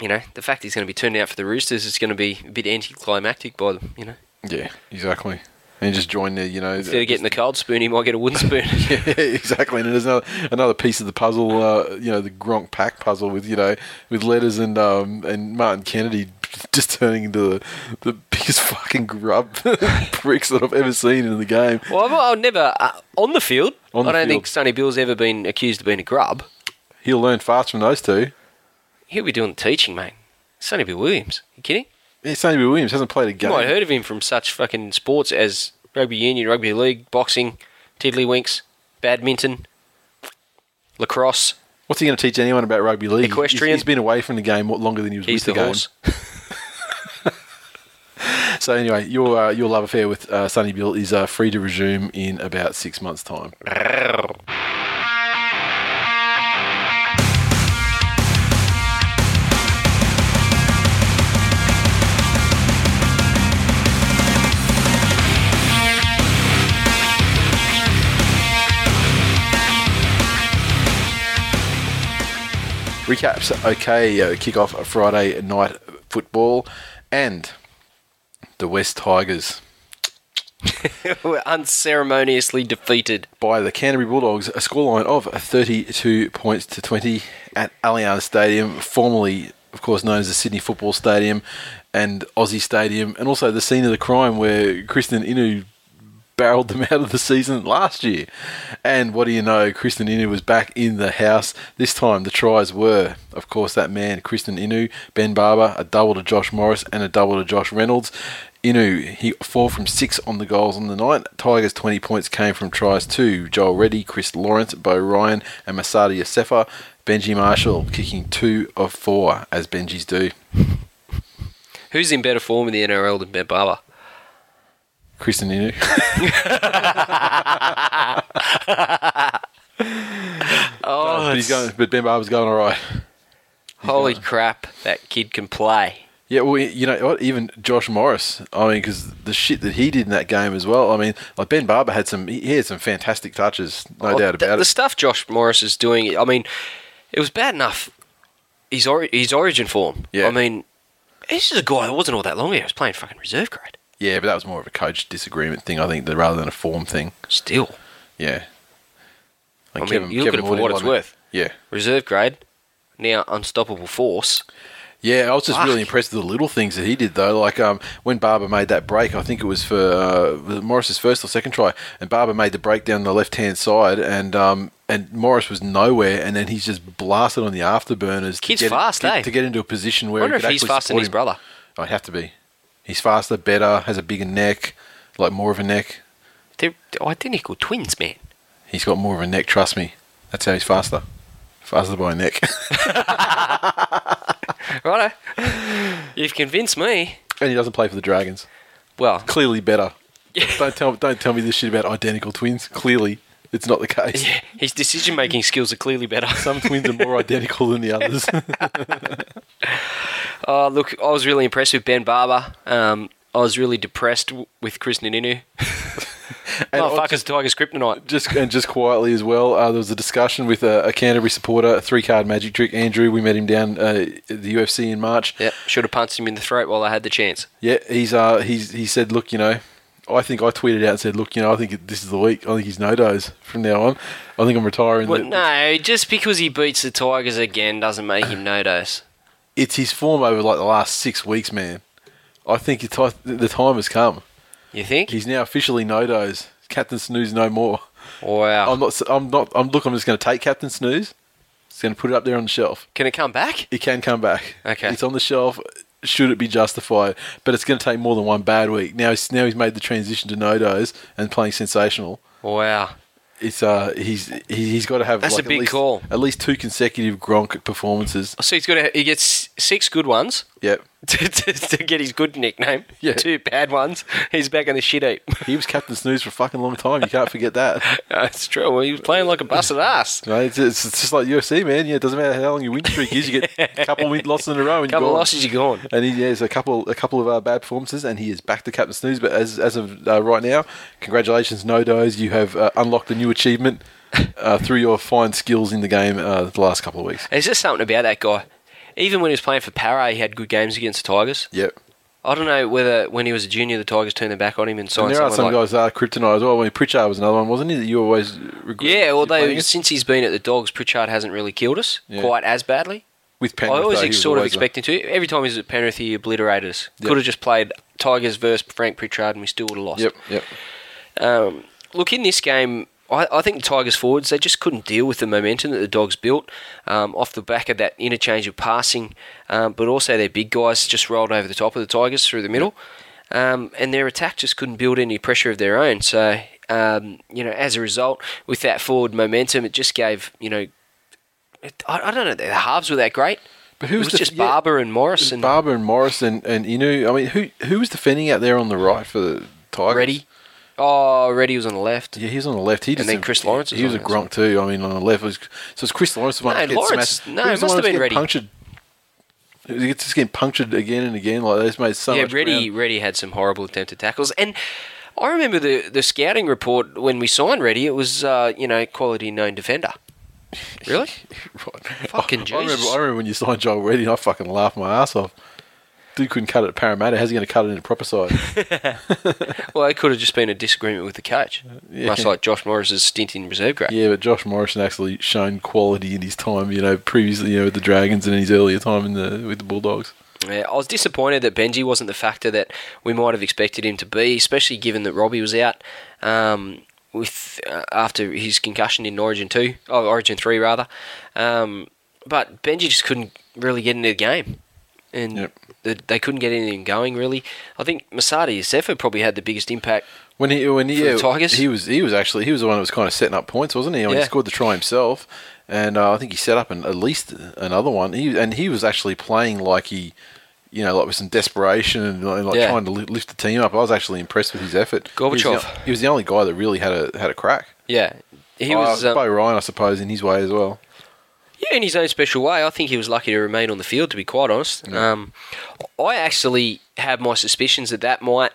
you know, the fact he's going to be turned out for the Roosters is going to be a bit anticlimactic by them. You know,
Yeah, exactly. And he just joined the, you know,
instead of getting the cold spoon, he might get a wooden spoon.
*laughs* yeah, exactly. And there's another, another piece of the puzzle, uh, you know, the Gronk pack puzzle with you know, with letters and um and Martin Kennedy *laughs* just turning into the, the biggest fucking grub *laughs* bricks that I've ever seen in the game.
Well, I've, I've never uh, on the field.
On the
I don't
field.
think Sonny Bill's ever been accused of being a grub.
He'll learn fast from those two.
He'll be doing the teaching, mate. Sonny Bill Williams. You kidding?
Yeah, Sonny Bill Williams hasn't played a
You
game.
might have heard of him from such fucking sports as rugby union, rugby league, boxing, tiddlywinks, badminton, lacrosse,
What's he going to teach anyone about rugby league? He's-
Equestrian.
he's been away from the game what longer than he was
he's
with the,
the
game.
horse.
So anyway, your uh, your love affair with uh, Sonny Bill is uh, free to resume in about six months' time. Recaps, okay, uh, kick off Friday night football and the West Tigers
Were *laughs* unceremoniously defeated.
by the Canterbury Bulldogs, a scoreline of 32 points to 20 at Allianz Stadium, formerly, of course, known as the Sydney Football Stadium and Aussie Stadium, and also the scene of the crime where Kristen Inu barreled them *laughs* out of the season last year. And what do you know, Kristen Inu was back in the house. This time the tries were, of course, that man, Kristen Inu, Ben Barber, a double to Josh Morris and a double to Josh Reynolds. Inu, he four from six on the goals on the night. Tigers' 20 points came from tries to Joel Reddy, Chris Lawrence, Bo Ryan, and Masada Yosefa. Benji Marshall kicking two of four, as Benjis do.
Who's in better form in the NRL
*laughs*
than Ben Barber?
Kristen Inu.
oh,
but he's going. But Ben Barber's going all right.
holy crap! That kid can play.
Yeah, well, you know what? Even Josh Morris. I mean, because the shit that he did in that game as well. I mean, like Ben Barber had some. He had some fantastic touches, no
Well,
doubt
the,
about
The
it.
stuff Josh Morris is doing, I mean, it was bad enough. His, ori- his origin form.
Yeah.
I mean, this is a guy that wasn't all that long ago. He was playing fucking reserve grade.
yeah, but that was more of a coach disagreement thing, I think, than- rather than a form thing.
Still,
Yeah. Like
I mean, you look at it for
Woody
what it's
Lyman-
worth.
Yeah.
reserve grade. Now unstoppable force.
Yeah, I was just really
Fuck.
impressed with the little things that he did though. Like um, when Barber made that break, I think it was for uh, was it Morris's first or second try, and Barber made the break down the left hand side, and um, and Morris was nowhere, and then he's just blasted on the afterburners.
Kid's
to get,
fast,
to,
eh?
to get into a position
I
where
wonder
he
if
could
he's
actually
faster
support
than his
him.
brother.
Oh, I'd have to be. He's faster, better, has a bigger neck, like more of a neck.
They're identical twins, man.
He's got more of a neck. Trust me, that's how he's faster. Faster by a neck. *laughs*
Righto. You've convinced me.
and he doesn't play for the Dragons.
Well,
Clearly better.
Yeah.
don't tell don't tell me this shit about identical twins. Clearly, it's not the case.
yeah, his decision making skills are clearly better.
Some twins are more identical than the others.
*laughs*
*laughs*
Oh, Uh, look, I was really impressed with Ben Barber. Um, I was really depressed w- with Chris Oh, Nininu.
I'll
Motherfuckers, Tigers Kryptonite.
just and just quietly as well. Uh, there was a discussion with a, a Canterbury supporter, a three card magic trick. Andrew, we met him down uh, at the UFC in March.
Yep, should have punched him in the throat while I had the chance.
Yeah, he's uh he's he said, look, you know, I think I tweeted out and said, look, you know, I think this is the week. I think he's no dos from now on. I think I'm retiring.
But no, just because he beats the Tigers again doesn't make him no dose.
It's his form over like the last six weeks, man. I think the ti- the time has come.
You think?
He's now officially no dos. Captain Snooze no more.
wow.
I'm not. I'm not. I'm look. I'm just going to take Captain Snooze. Just going to put it up there on the shelf.
Can it come back?
It can come back.
Okay.
It's on the shelf. Should it be justified? But it's going to take more than one bad week. Now he's now he's made the transition to no dos and playing sensational.
Wow.
It's uh he's he, he's got to have
That's
like
a big
at least,
call.
At least two consecutive Gronk performances.
So he's got to, he gets six good ones *laughs*
Yep.
to, to, to get his good nickname.
*laughs* Yeah.
Two bad ones. He's back on the shit heap. *laughs*
He was Captain Snooze for a fucking long time. You can't forget that. *laughs*
That's true. Well, he was playing like a busted ass.
You know, it's, it's, it's just like UFC, man. Yeah, it doesn't matter how long your win streak is. You get a couple win losses in a row and
Couple
you're gone.
losses, you're gone.
And he yeah, he's a couple a couple of uh, bad performances, and he is back to captain snooze. But as as of uh, right now, congratulations, no does. You have uh, unlocked a new achievement uh, through your fine skills in the game uh, the last couple of weeks.
There's just something about that guy. Even when he was playing for Para, he had good games against the Tigers.
Yep.
I don't know whether when he was a junior, the Tigers turned their back on him and
And
signed
there are
someone
some
like.
guys that are kryptonite as well. I mean, Pritchard was another one, wasn't he? That you always regret.
Yeah,
playing
although
against?
since he's been at the Dogs, Pritchard hasn't really killed us
Yeah.
quite as badly.
with Penrith,
I always
though, he
ex-
was
sort of
always a-
expecting to. Every time he was at Penrith, he obliterated us.
Yep.
Could have just played Tigers versus Frank Pritchard and we still would have lost.
Yep, yep.
Um, look, in this game, I, I think the Tigers forwards, they just couldn't deal with the momentum that the Dogs built um, off the back of that interchange of passing, um, but also their big guys just rolled over the top of the Tigers through the middle, um, and their attack just couldn't build any pressure of their own. So, um, you know, as a result, with that forward momentum, it just gave, you know, it, I, I don't know, the halves were that great.
But who
it
was
was
the-
just
yeah.
Barber and Morris and
Barber and Morris and, and Inu. I mean, who who was defending out there on the right for the Tigers?
Reddy. Oh, Reddy was on the left.
Yeah, he was on the left. He
And
just
then Chris Lawrence
He,
was
he was
on
a
the outside.
grunk too. I mean, on the left was so it's Chris Lawrence the one
No,
that gets
Lawrence-
smashed.
no,
He
it
was the
must
one
have
that
been
was
Reddy.
getting punctured. He gets just getting punctured again and again. Like they just made so
yeah,
much.
Reddy, *laughs*
ground.
Reddy had some horrible attempted tackles, and I remember the the scouting report when we signed Reddy. It was uh, you know quality known defender. Really?
Right. *laughs*
Fucking
I remember,
Jesus.
I remember when you signed Joel Reddy, and I fucking laughed my ass off. Dude couldn't cut it at Parramatta. How's he going to cut it in the proper side?
well, it could have just been a disagreement with the coach,
Yeah.
much like Josh Morris's stint in reserve grade.
yeah, but Josh Morrison actually shown quality in his time. You know, previously, you know, with the Dragons and in his earlier time in the with the Bulldogs.
Yeah, Uh, I was disappointed that Benji wasn't the factor that we might have expected him to be, especially given that Robbie was out um, with uh, after his concussion in Origin two, oh Origin three rather. Um, but Benji just couldn't really get into the game, and
Yep.
the, they couldn't get anything going really. I think Masadi Yusefa probably had the biggest impact.
When he when he,
For the
yeah,
Tigers?
he was he was actually he was the one that was kind of setting up points, wasn't he? I mean,
Yeah.
He scored the try himself, and uh, I think he set up an, at least another one. He and he was actually playing like he, you know, like with some desperation and like, like
Yeah.
trying to li- lift the team up. I was actually impressed with his effort. He was the-
Gorbachev.
he was the only guy that really had a had a crack.
Yeah, He was.
uh,
um,
Bo Ryan, I suppose, in his way as well.
Yeah, in his own special way. I think he was lucky to remain on the field, to be quite honest. Um, I actually have my suspicions that that might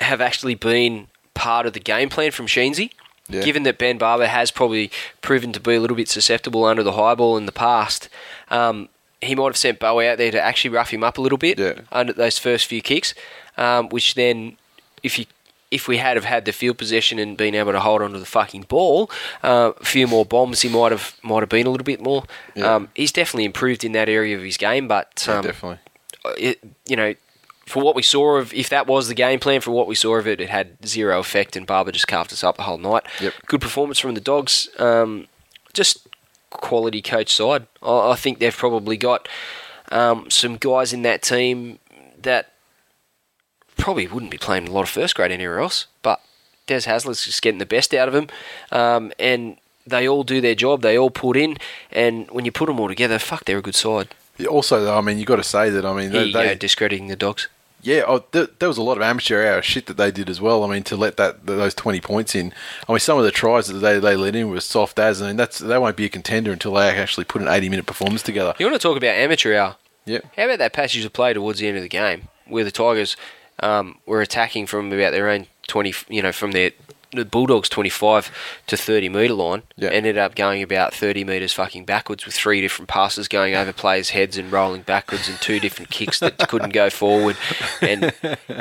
have actually been part of the game plan from Sheensy,
Yeah.
given that Ben Barber has probably proven to be a little bit susceptible under the high ball in the past. Um, he might have sent Bowie out there to actually rough him up a little bit
Yeah.
under those first few kicks, um, which then, if you if we had have had the field possession and been able to hold onto the fucking ball, uh, a few more bombs, he might have might have been a little bit more.
Yeah.
Um, he's definitely improved in that area of his game, but
Yeah,
um,
definitely.
it, you know, for what we saw of, if that was the game plan, for what we saw of it, it had zero effect, and Barber just carved us up the whole night.
Yep.
Good performance from the Dogs. Um, just quality coach side. I, I think they've probably got um, some guys in that team that probably wouldn't be playing a lot of first grade anywhere else, but Des Hasler's just getting the best out of him, um, and they all do their job. They all put in, and when you put them all together, fuck, they're a good side.
Yeah, Also, though, I mean, you got to say that. I mean,
Here
they,
you go,
they,
discrediting the Dogs.
yeah, oh, there, there was a lot of amateur hour shit that they did as well. I mean, to let that th- those twenty points in. I mean, some of the tries that they, they let in were soft as, I mean, that's they won't be a contender until they actually put an eighty-minute performance together.
You want to talk about amateur hour?
Yep.
How about that passage of play towards the end of the game where the Tigers um, were attacking from about their own 20, you know, from their the Bulldogs 25 to 30 metre line,
Yeah.
ended up going about 30 metres fucking backwards with three different passes going over players' heads and rolling backwards and two different
*laughs*
kicks that couldn't go forward. And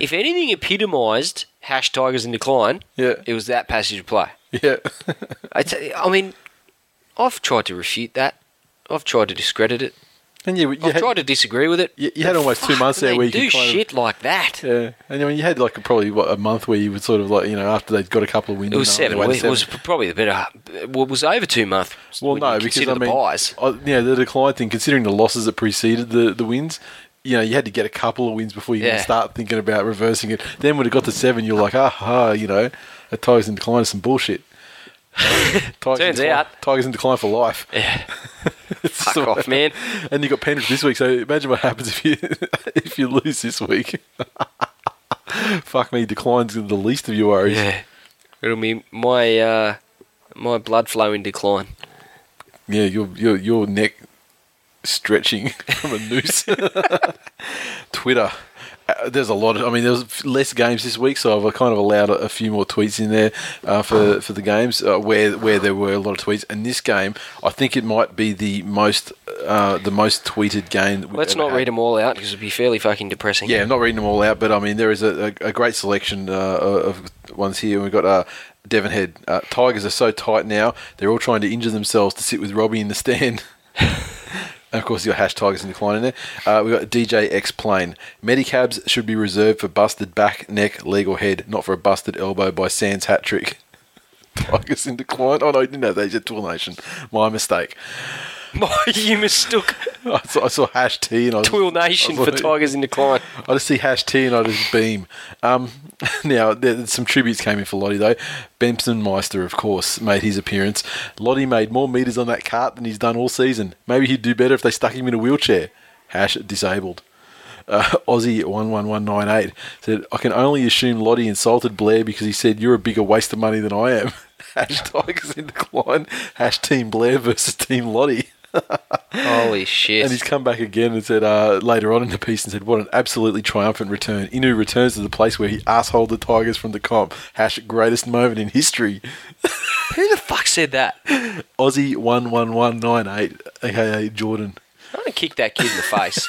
if anything epitomised hash Tigers in decline,
Yeah.
it was that passage of play.
Yeah, *laughs*
I t- I mean, I've tried to refute that. I've tried to discredit it.
and you, you
I've
had,
tried to disagree with it.
you, you had almost two months there
they
where you
do
could kind of-
shit like that.
yeah, and I mean, you had like probably what a month where you would sort of like you know after they'd got a couple of wins.
It was
no,
seven.
they won
weeks. It was probably the better. Well, it was over two months.
Well,
when
no,
you
because
consider
I
the
mean, *laughs*
buys.
uh, yeah, the decline thing. Considering the losses that preceded the, the wins, you know, you had to get a couple of wins before you
Yeah.
even start thinking about reversing it. Then when it got to seven, you're like, ah, ha, you know, a Tigers in decline is some
*laughs*
bullshit. Tigers in
Turns
decline-
out.
Tigers in decline for life. It's
Fuck
just- *laughs*
off, man.
And you got Penrith this week, so imagine what happens if you *laughs* if you lose this week. *laughs* Fuck me, decline's the least of your worries.
Yeah, it'll be my uh, my blood flow in decline.
Yeah, your your your neck stretching *laughs* from a noose. Twitter. Uh, there's a lot of. I mean, there's f- less games this week, so I've uh, kind of allowed a, a few more tweets in there uh, for for the games uh, where where there were a lot of tweets. And this game, I think it might be the most uh, the most tweeted game. that we've
Let's
ever
not
had.
read them all out because it'd be fairly fucking depressing. *laughs*
Yeah, I'm not reading them all out, but I mean, there is a, a, a great selection uh, of ones here. We've got uh, Devon Head. Uh, Tigers are so tight now, they're all trying to injure themselves to sit with Robbie in the stand. *laughs* And of course, your hash Tigers in decline in there. Uh, we've got DJ X Plane. Medicabs should be reserved for busted back, neck, leg, or head, not for a busted elbow by Sans hat trick. *laughs* Tigers in decline. Oh, no, I didn't know that. It's a tool nation. My mistake.
you mistook
I saw, I saw hash T and I was.
Twill Nation
I was *laughs*
for
like-
Tigers in decline.
I just see hash T and I just beam. Um, *laughs* now, there, some tributes came in for Lottie, though. Benson Meister, of course, made his appearance. Lottie made more metres on that cart than he's done all season. Maybe he'd do better if they stuck him in a wheelchair. Hash disabled. Uh, Aussie11198 said, I can only assume Lottie insulted Blair because he said, You're a bigger waste of money than I am. *laughs* Hash Tigers in decline. Hash Team Blair versus Team Lottie.
Holy shit!
And he's come back again and said uh, later on in the piece and said, "What an absolutely triumphant return! Inu returns to the place where he assholed the Tigers from the comp. Hash greatest moment in history. *laughs*
Who the fuck said that?
Aussie one one one nine eight, aka Jordan
I'm gonna kick that kid in the face.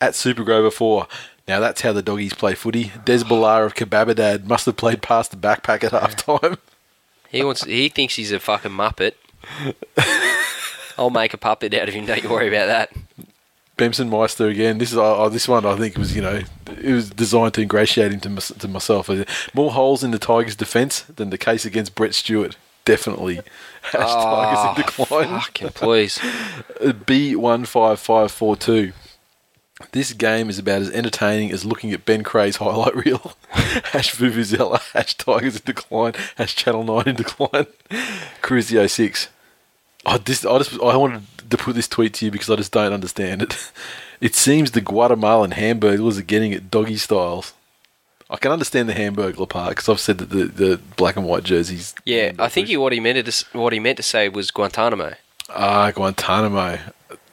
at Supergrover four. Now that's how the doggies play footy. Des Ballard of Kebabadad must have played past the backpack at half time.
He wants. He thinks he's a fucking muppet. I'll make a puppet out of him. Don't you worry about that.
Benson Meister again. This is oh, oh, this one. I think was you know it was designed to ingratiate him to, mys- to myself. More holes in the Tigers' defence than the case against Brett Stewart. Definitely. *laughs* Hash Tigers in decline.
Fucking please.
B one five five four two. This game is about as entertaining as looking at Ben Cray's highlight reel. *laughs* hash Vuvuzela, hash Tigers in decline, hash Channel 9 in decline, Crucio 6. I just, I just, I wanted to put this tweet to you because I just don't *laughs* understand it. It seems the Guatemalan hamburgers are getting it doggy styles. I can understand the Hamburglar part because I've said that the, the black and white jerseys.
Yeah, I think he, what he meant to s- what he meant to say was Guantanamo,
Ah, Guantanamo.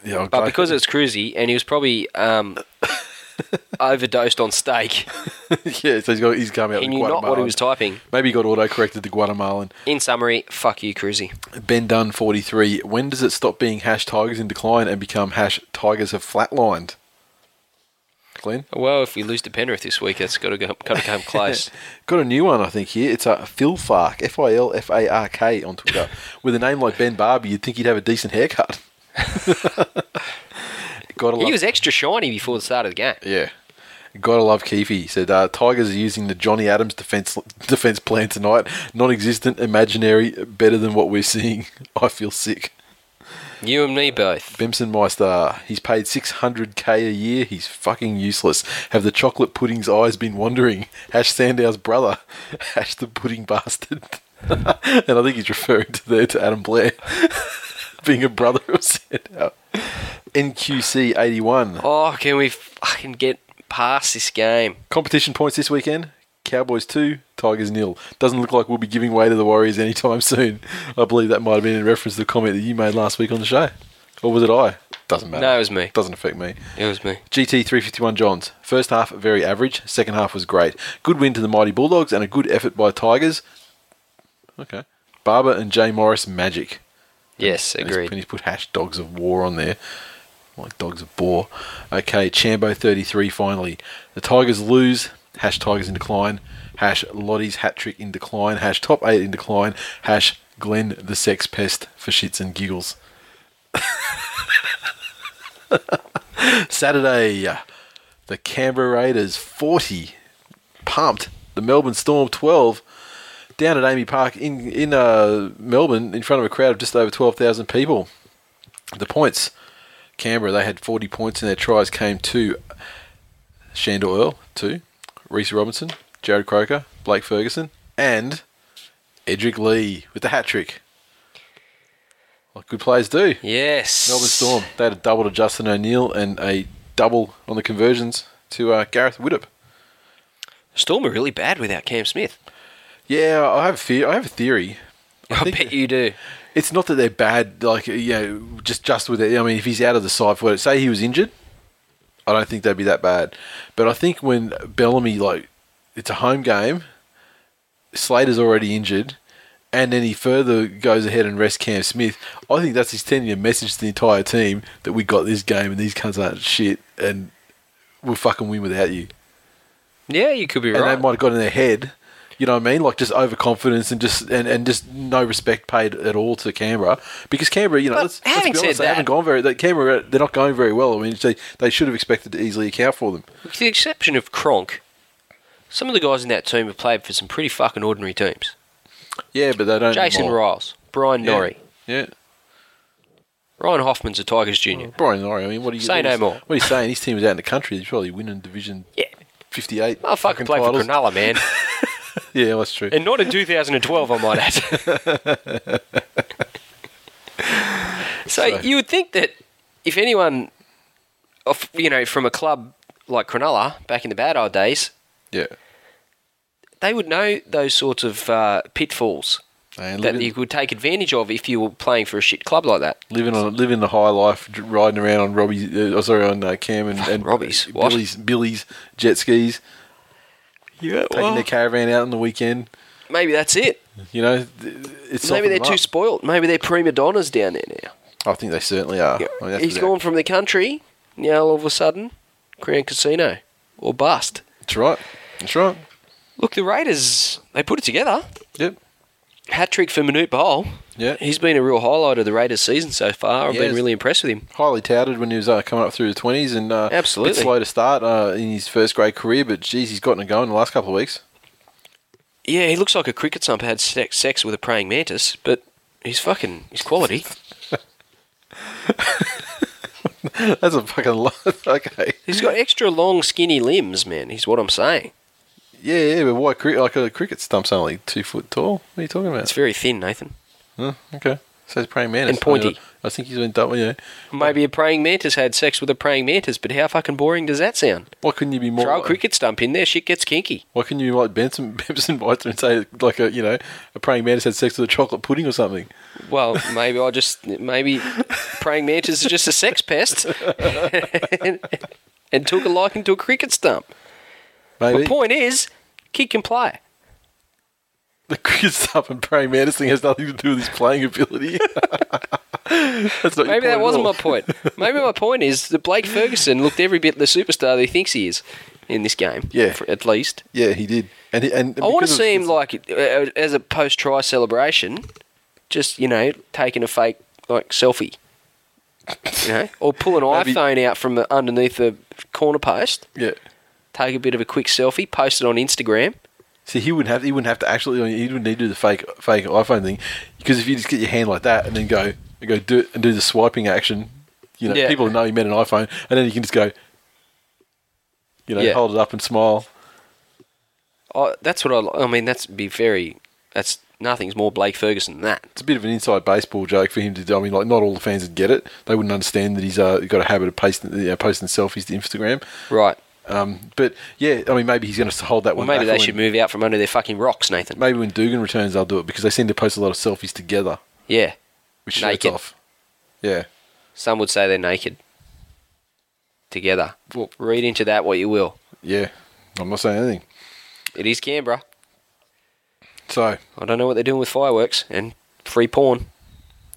Yeah, I'm
but
glad-
because it's Cruzy and he was probably um, overdosed on steak,
*laughs* yeah, so he's got he's come out.
he
with
knew not what he
Guatemalan.
was typing.
Maybe he got auto corrected to Guatemalan.
In summary, fuck you, Cruzy.
Ben Dunn forty three. When does it stop being hash Tigers in decline and become hash Tigers have flatlined? Glenn.
Well, if we lose to Penrith this week, that's got to go, got to *laughs* come close.
Got a new one, I think, here. It's a Phil Fark, F I L F A R K on
*laughs*
Twitter. With a name like Ben Barbie, you'd think he'd have a decent haircut. *laughs* Gotta love,
he was extra shiny before the start of the game.
yeah. Gotta love Keefe. He said, uh, Tigers are using the Johnny Adams defense defense plan tonight. Non existent, imaginary, better than what we're seeing. *laughs* I feel sick.
You and me both.
Bimson Meister, he's paid 600k a year. He's fucking useless. Have the chocolate pudding's eyes been wandering? Hash Sandow's brother. *laughs* Hash the pudding bastard. *laughs* and I think he's referring to there to Adam Blair *laughs* being a brother of Sandow. NQC81.
Oh, can we fucking get past this game?
Competition points this weekend. Cowboys 2, Tigers nil. Doesn't look like we'll be giving way to the Warriors anytime *laughs* soon. I believe that might have been in reference to the comment that you made last week on the show. Or was it I? Doesn't matter.
No, it was me.
Doesn't affect me.
It was me.
GT 351 Johns. First half, very average. Second half was great. Good win to the Mighty Bulldogs and a good effort by Tigers. Okay. Barber and Jay Morris, magic.
Yes,
And He's, and
agreed.
he's put hash dogs of war on there. Like dogs of war. Okay, Chambo 33 finally. The Tigers lose. Hash Tigers in decline. Hash Lottie's hat trick in decline. Hash top eight in decline. Hash Glenn the sex pest for shits and giggles. *laughs* Saturday, the Canberra Raiders 40 pumped the Melbourne Storm 12 down at Amy Park in in uh, Melbourne in front of a crowd of just over 12,000 people. The points Canberra they had 40 points and their tries came to Shandor Earl, two, Reese Robinson, Jared Croker, Blake Ferguson, and Edric Lee with the hat trick. Like good players do.
Yes.
Melbourne Storm. They had a double to Justin O'Neill and a double on the conversions to uh, Gareth Widdop.
Storm are really bad without Cam Smith.
Yeah, I have a fear. I have a theory.
I,
think-
bet you do.
It's not that they're bad. Like you know, just just with it. I mean, if he's out of the side for it, say he was injured, I don't think they'd be that bad. But I think when Bellamy like it's a home game, Slater's already injured. And then he further goes ahead and rests Cam Smith. I think that's his sending a message to the entire team that we got this game and these cunts aren't shit and we'll fucking win without you
Yeah, you could be
and
right.
they might have got in their head. You know what I mean? Like just overconfidence and just and, and just no respect paid at all to Canberra because Canberra, you know,
But
let's, let's
having
be honest,
said
they haven't
that-
gone very. They, Canberra, they're not going very well. I mean, they, they should have expected to easily account for them.
With the exception of Cronk, some of the guys in that team have played for some pretty fucking ordinary teams.
Yeah, but they don't.
Jason
anymore.
Riles, Brian
yeah.
Norrie,
yeah,
Ryan Hoffman's a Tigers junior.
Brian Norrie. I mean, what are you
Say
what
no
he's-
more.
What are you saying? His team is out in the country. He's probably winning Division
Yeah.
fifty-eight.
I fucking played for
titles. *laughs*
Cronulla, man.
Yeah, well, that's true.
and not in 2012, I might add.
*laughs*
so you would think that if anyone, of you know, from a club like Cronulla back in the bad old days,
yeah,
they would know those sorts of uh, pitfalls
and
that
living,
you could take advantage of if you were playing for a shit club like that.
living on living the high life, dr- riding around on Robbie. Uh, oh, sorry, on uh, Cam and, and
Robbie's, what?
Billy's Billy's jet skis.
Yeah,
taking their caravan out on the weekend.
maybe that's it.
You know, th- it's
Maybe
softened
they're
them
too
up.
spoilt. Maybe they're prima donnas down there now.
I think they certainly are. I mean, Oh, that's
He's
what
gone from the country now. All of a sudden, Crown Casino or bust.
they're- That's right. That's right.
Look, the Raiders they put it together.
Yep.
Hat trick for Manute Bowl.
Yeah.
He's been a real highlight of the Raiders' season so far. I've
Yes.
been really impressed with him.
Highly touted when he was uh, coming up through the twenties and uh,
Absolutely.
a bit slow to start uh, in his first grade career, but geez, he's gotten it going the last couple of weeks. *laughs*
Yeah, he looks like a cricket sump had sex, sex with a praying mantis, but he's fucking he's quality.
That's a fucking lot. *laughs* okay.
He's got extra long, skinny limbs, man. Is what I'm saying.
Yeah, yeah, but why? Cri- like a cricket stump's only two foot tall. What are you talking
It's
about?
very thin, Nathan.
Huh? Mm, Okay. So he's praying mantis.
And pointy.
I think he's been double. You know,
Maybe a praying mantis had sex with a praying mantis, but how fucking boring does that sound?
why couldn't you be more?
Throw a
like-
cricket stump in there, shit gets kinky.
Why couldn't you like Benson *laughs* Benson White and say like a you know a praying mantis had sex with a chocolate pudding or something?
Well, maybe I just maybe praying mantis is just a sex pest, *laughs* and, took a liking to a cricket stump.
Maybe
The point is, kid can play.
the cricket stuff and praying mantis thing has nothing to do with his playing
*laughs*
ability. That's not your point
Maybe
at
that wasn't
all.
my point. Maybe my point is that Blake Ferguson looked every bit the superstar that he thinks he is in this game.
Yeah.
for- at least
Yeah, he did. And he, and
I want to
because of
see him
his-
like uh, as a post-try celebration, just you know taking a fake like selfie, you know, or pull an
*laughs* Maybe-
iPhone out from underneath the corner post.
yeah.
take a bit of a quick selfie, post it on Instagram.
See, he wouldn't have he wouldn't have to actually he wouldn't need to do the fake fake iPhone thing because if you just get your hand like that and then go and go do and do the swiping action, you know,
Yeah.
people know you meant an iPhone, and then you can just go, you know,
Yeah.
hold it up and smile.
I, Oh, that's what I. li- I mean, that's be very. That's nothing's more Blake Ferguson than that.
it's a bit of an inside baseball joke for him to do. I mean, like not all the fans would get it. They wouldn't understand that he's uh, got a habit of posting, you know, posting selfies to Instagram.
Right.
Um, but yeah, I mean, maybe he's going to hold that
Well,
one.
maybe
back
they
for
should
when-
move out from under their fucking rocks, Nathan.
Maybe when Dugan returns, they'll do it because they seem to post a lot of selfies together,
Yeah.
which shirts
Naked.
off. Yeah,
Some would say they're naked. Together.
Well-
Read into that what you will.
yeah. I'm not saying anything.
It is Canberra.
So
I don't know what they're doing with fireworks and free porn.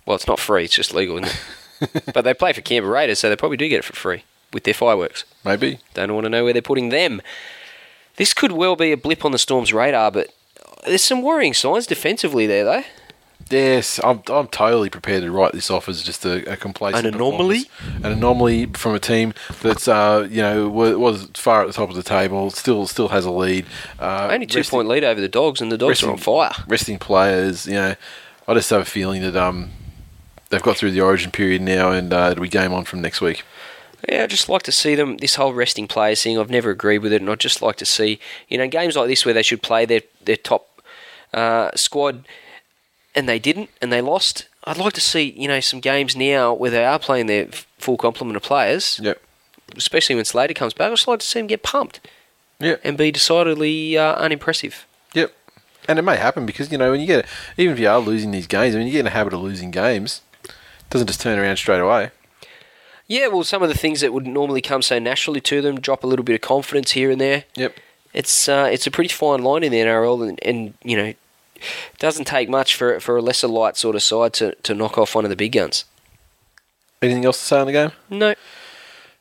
Well, it's not free. It's just legal, isn't it? but they play for Canberra Raiders, so they probably do get it for free with their fireworks.
maybe
Don't want to know where they're putting them. This could well be a blip on the Storm's radar, but there's some worrying signs defensively there, though.
Yes, I'm, I'm totally prepared to write this off as just a, a complacent
An anomaly?
performance. an anomaly from a team that's uh, you know was, was far at the top of the table, still still has a lead. Uh,
Only two
resting-
point lead over the Dogs, and the Dogs are on fire.
Resting players, you know, I just have a feeling that um, they've got through the Origin period now, and uh, it'll be game on from next week.
Yeah, I just like to see them. This whole resting players thing, I've never agreed with it, and I just like to see you know games like this where they should play their their top uh, squad, and they didn't, and they lost. I'd like to see you know some games now where they are playing their f- full complement of players,
Yep.
especially when Slater comes back. I just like to see them get pumped
Yep.
and be decidedly uh, unimpressive.
Yep. And it may happen because, you know, when you get, even if you are losing these games, I mean, you get in a habit of losing games, it doesn't just turn around straight away.
Yeah, well, some of the things that would normally come so naturally to them drop a little bit of confidence here and there.
Yep.
It's uh, it's a pretty fine line in the NRL, and, and you know, it doesn't take much for for a lesser light sort of side to, to knock off one of the big guns.
Anything else to say on the game?
No,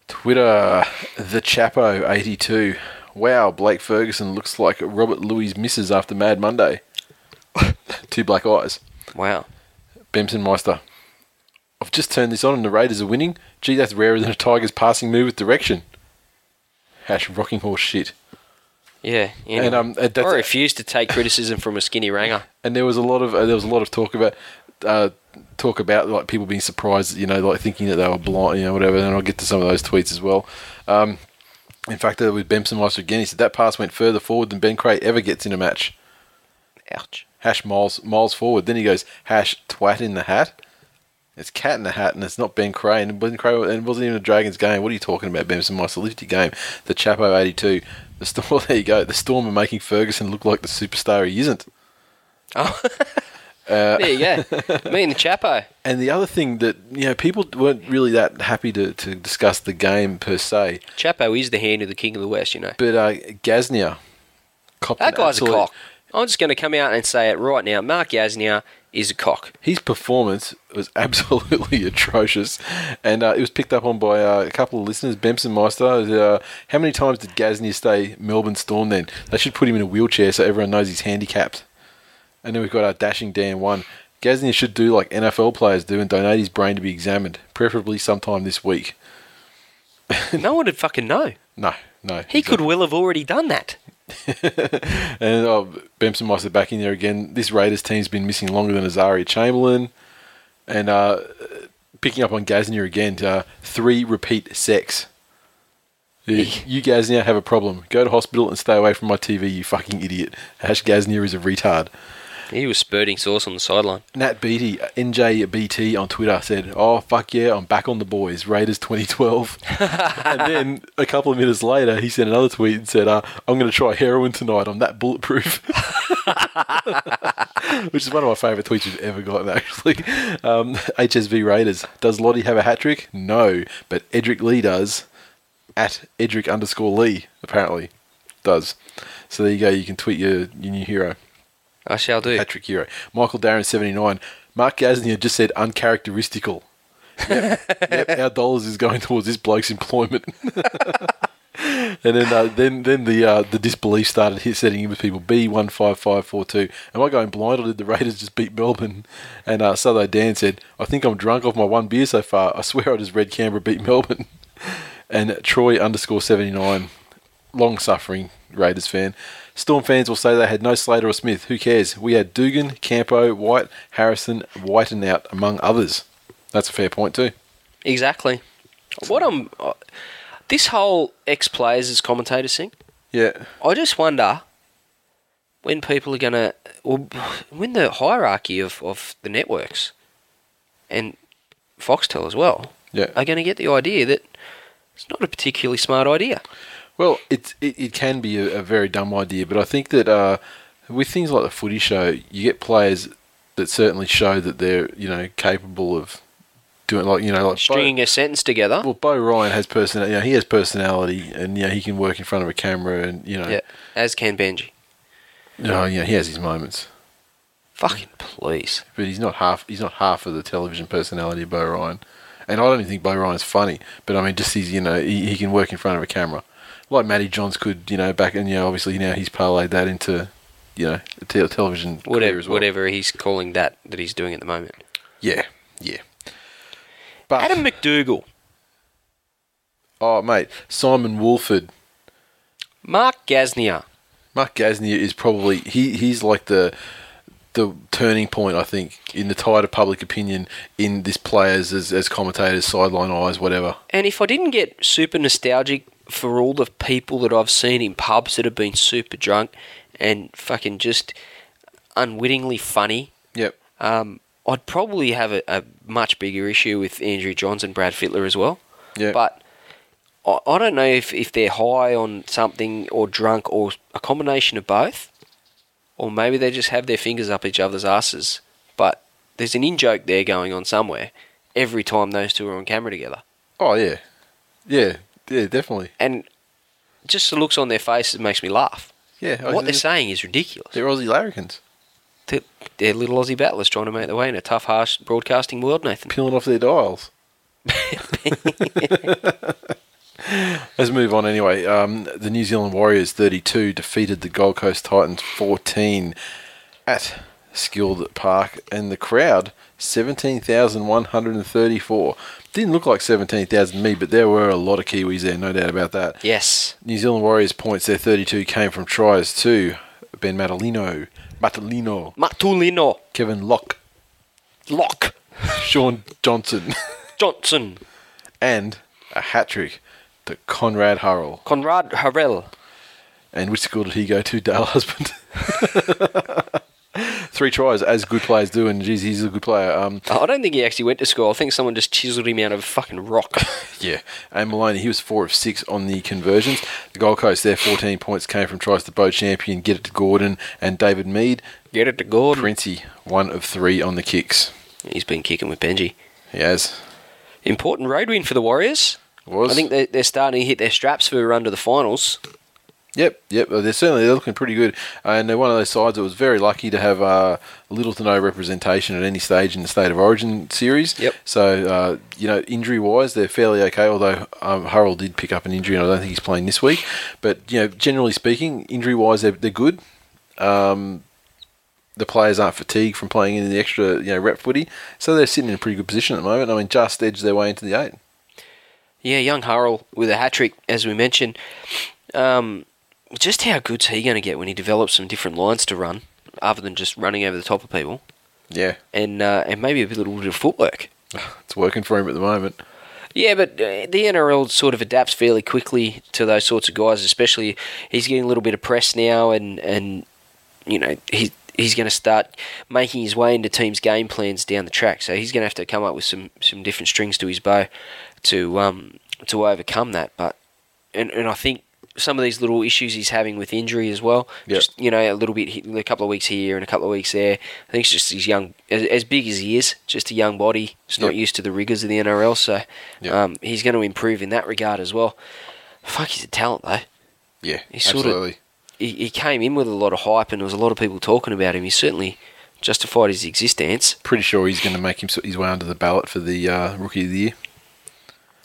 Twitter, the Chapo eighty two. Wow, Blake Ferguson looks like Robert Louis misses after Mad Monday. *laughs* two black eyes.
wow,
Benson Meister. I've just turned this on and the Raiders are winning. Gee, that's rarer than a Tiger's passing move with direction. Hash rocking horse shit.
yeah,
And, um, uh, that's-
I refuse to take criticism from a skinny ranger.
and there was a lot of uh, there was a lot of talk about uh, talk about like people being surprised, you know, like thinking that they were blind, you know, whatever. And I'll get to some of those tweets as well. Um, in fact, uh, with Benson Meister again, he said that pass went further forward than Ben Cray ever gets in a match.
*laughs* Ouch.
Hash miles miles forward. Then he goes hash twat in the hat. It's cat in the hat, and it's not Ben Cray, and Ben Cray, and it wasn't even a Dragons game. What are you talking about, Benson Meister? Lift your game. The Chapo eighty two. The *laughs* storm. There you go. The storm are making Ferguson look like the superstar he isn't.
There you
*laughs*
go. Me and the Chapo.
And the other thing that you know, people weren't really that happy to, to discuss the game per se,
Chapo is the hand of the king of the west. You know
but uh, Gaznia, copped
that
an
guy's a
absolute-
cock. I'm just going to come out and say it right now. Mark Yasnia is
*laughs*
a cock.
His performance was *laughs* absolutely atrocious, and uh, it was picked up on by uh, a couple of listeners. Benson Meister, uh, how many times did Gaznia stay Melbourne Storm? Then they should put him in a wheelchair so everyone knows he's handicapped. And then we've got our dashing Dan one. Gaznia should do like NFL players do and donate his brain to be examined, preferably sometime this week.
No one would fucking know.
No, no,
He
exactly.
could well have already done that.
And oh, Benson Meister back in there again. This Raiders team's been missing longer than Azari Chamberlain. And uh, picking up on Gaznia again, uh, three repeat sex. You, you Gaznia have a problem. Go to hospital and stay away from my TV, you fucking idiot. Hash Gaznia is a retard.
He was spurting sauce on the sideline.
Nat Beatty, NJBT on Twitter said, "Oh fuck yeah, I'm back on the boys, Raiders 2012." and then a couple of minutes later, he sent another tweet and said, uh, "I'm going to try heroin tonight. I'm that bulletproof." *laughs* Which is one of my favourite tweets we've ever gotten, actually. Um, HSV Raiders. Does Lottie have a hat trick? No, but Edric Lee does. At Edric underscore Lee apparently does. So there you go. You can tweet your, your new hero.
I shall do.
Patrick Hero. Michael Darren, 79. Mark Gasnier just said uncharacteristical. Yep, yep, our dollars is going towards this bloke's employment. *laughs* and then uh, then then the uh, the disbelief started hit setting in with people. B15542. Am I going blind or did the Raiders just beat Melbourne? And uh, Southo Dan said, I think I'm drunk off my one beer so far. I swear I just read Canberra beat Melbourne. *laughs* and Troy underscore 79 long suffering Raiders fan. Storm fans will say they had no Slater or Smith. Who cares? We had Dugan, Campo, White, Harrison, Whiten out, among others. That's a fair point, too.
Exactly. What I'm. uh, This whole ex players as commentators thing,
Yeah.
I just wonder when people are going to. Or *sighs* when the hierarchy of, of the networks and Foxtel as well
Yeah.
are going to get the idea that it's not a particularly smart idea.
Well, it, it, it can be a, a very dumb idea, but I think that uh, with things like the footy show, you get players that certainly show that they're, you know, capable of doing, like, you know, like. Bo-
Stringing a sentence together.
well, Bo Ryan has personality. You know, he has personality, and yeah, he can work in front of a camera, and you know,
yeah, as can Benji.
you know, yeah, he has his moments.
Fucking please.
but he's not half. He's not half of the television personality of Bo Ryan, and I don't even think Bo Ryan's funny. But I mean, just he's you know he, he can work in front of a camera, like Matty Johns could you know back and you know obviously now he's parlayed that into you know a te- television career
Whatever,
as well.
whatever he's calling that that he's doing at the moment.
Yeah, yeah. But
Adam McDougall,
oh mate, Simon Wolford,
Mark Gasnier.
Mark Gasnier is probably he he's like the the turning point I think in the tide of public opinion in this players as as commentators sideline eyes whatever.
And if I didn't get super nostalgic for all the people that I've seen in pubs that have been super drunk and fucking just unwittingly funny,
Yep.
um, I'd probably have a, a much bigger issue with Andrew Johns and Brad Fittler as well.
Yeah.
But I, I don't know if, if they're high on something or drunk or a combination of both, or maybe they just have their fingers up each other's asses. But there's an in joke there going on somewhere every time those two are on camera together.
Oh yeah, yeah, yeah, definitely.
And just the looks on their faces makes me laugh.
Yeah, I-
what they're saying is ridiculous.
They're Aussie larrikins
They're, they're little Aussie battlers trying to make their way in a tough, harsh broadcasting world, Nathan.
peeling off their
*laughs*
dials. Let's move on anyway. Um, the New Zealand Warriors 32 defeated the Gold Coast Titans 14 at Skilled Park, and the crowd 17,134. Didn't look like 17,000 to me, but there were a lot of Kiwis there, no doubt about that.
Yes.
New Zealand Warriors points their 32 came from tries to Ben Matalino, Matalino,
Matulino.
Kevin Locke, *laughs*
Locke.
Sean Johnson, *laughs*
Johnson.
and a hat trick to Conrad Harrell.
Conrad Harrell.
And which school did he go to, *laughs* Dale Husband? Three tries, as good players do, and geez, he's a good player. Um,
I don't think he actually went to school. I think someone just chiseled him out of a fucking
*laughs*
rock.
yeah, and Maloney, he was four of six on the conversions. The Gold Coast, their 14 points came from tries to Bo Champion, Get It to Gordon, and David Mead.
Get it to Gordon.
Princey, one of three on the kicks.
He's been kicking with Benji.
He has.
Important road win for the Warriors.
Was.
I think they're, they're starting to hit their straps for a run to the finals.
Yep, yep. uh, They're certainly they're looking pretty good, and they're one of those sides that was very lucky to have uh, little to no representation at any stage in the State of Origin series.
Yep.
So uh, you know, injury wise, they're fairly okay. Although um, Hurrell did pick up an injury, and I don't think he's playing this week. But you know, generally speaking, injury wise, they're, they're good. Um, the players aren't fatigued from playing in the extra you know rep footy, so they're sitting in a pretty good position at the moment. I mean, just edged their way into the eight.
Yeah, young Harrell with a hat trick, as we mentioned. Um, just how good's he going to get when he develops some different lines to run, other than just running over the top of people,
Yeah,
and uh, and maybe a little bit of footwork.
it's working for him at the moment.
Yeah, but uh, the NRL sort of adapts fairly quickly to those sorts of guys, especially he's getting a little bit of press now, and and you know he he's going to start making his way into teams' game plans down the track. So he's going to have to come up with some, some different strings to his bow to um, to overcome that. But and, and I think some of these little issues he's having with injury as well.
Yep.
Just you know, a little bit, he- a couple of weeks here and a couple of weeks there. I think it's just he's young, as, as big as he is, just a young body. He's not
Yep.
used to the rigors of the NRL, so
Yep.
um, he's going to improve in that regard as well. Fuck, he's a talent though.
Yeah,
He sorta-
absolutely.
He, he came in with a lot of hype, and there was a lot of people talking about him. He certainly justified his existence.
Pretty sure he's going to make him his way under the ballot for the uh, rookie of the year.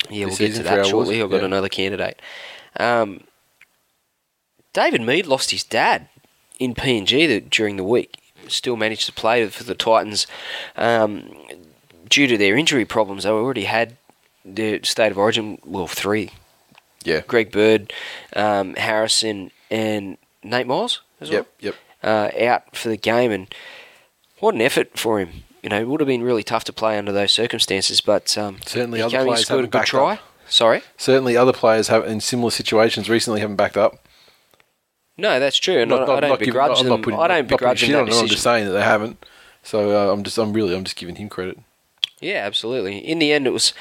Yeah,
This
we'll get to
season for
that
our
shortly.
Warriors,
I've got
yeah.
another candidate. Um, David Mead lost his dad in PNG the, during the week. Still managed to play for the Titans um, due to their injury problems. They already had the state of origin, well, three.
Yeah.
Greg Bird, um, Harrison, and Nate Miles as well
Yep, yep.
uh, out for the game, and what an effort for him. You know, it would have been really tough to play under those circumstances, but um,
Certainly
he
other
came in,
players
scored a
haven't
good
backed
try.
up.
Sorry,
Certainly, other players have in similar situations recently haven't backed up.
no, that's true, and I- I,
giving-
don't begrudge
I'm
them.
putting-
I don't
not putting
begrudge
shit
them that
on it, I'm
decision.
just saying that they haven't. So uh, I'm just, I'm really, I'm just giving him credit.
Yeah, absolutely. In the end, it was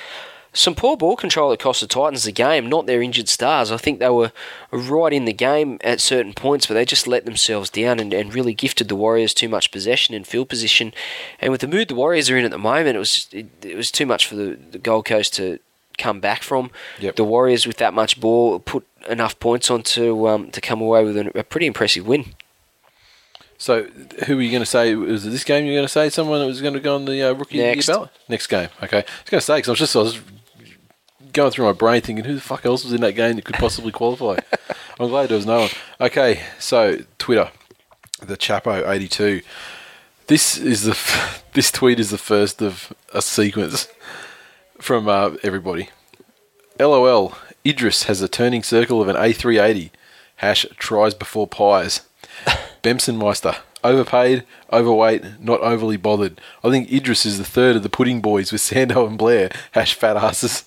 some poor ball control that cost the Titans the game, not their injured stars. I think they were right in the game at certain points, but they just let themselves down and, and really gifted the Warriors too much possession and field position. And with the mood the Warriors are in at the moment, it was it, it was too much for the, the Gold Coast to come back from.
Yep.
The Warriors with that much ball put enough points on to um, to come away with an, a pretty impressive win.
So who were you going to say? Was it this game you were going to say someone that was going to go on the uh, rookie
Next.
of the year ballot? Next game. Okay. I was going to say because I was just I was going through my brain thinking who the fuck else was in that game that could possibly qualify. I'm glad there was no one. Okay. So Twitter, the Chapo eighty two. This is the f- *laughs* this tweet is the first of a sequence from uh, everybody. LOL. Idris has a turning circle of an A380. Hash tries before
*laughs*
pies. Bemsenmeister. Overpaid, overweight, not overly bothered. I think Idris is the third of the pudding boys with Sando and Blair. Hash fat asses.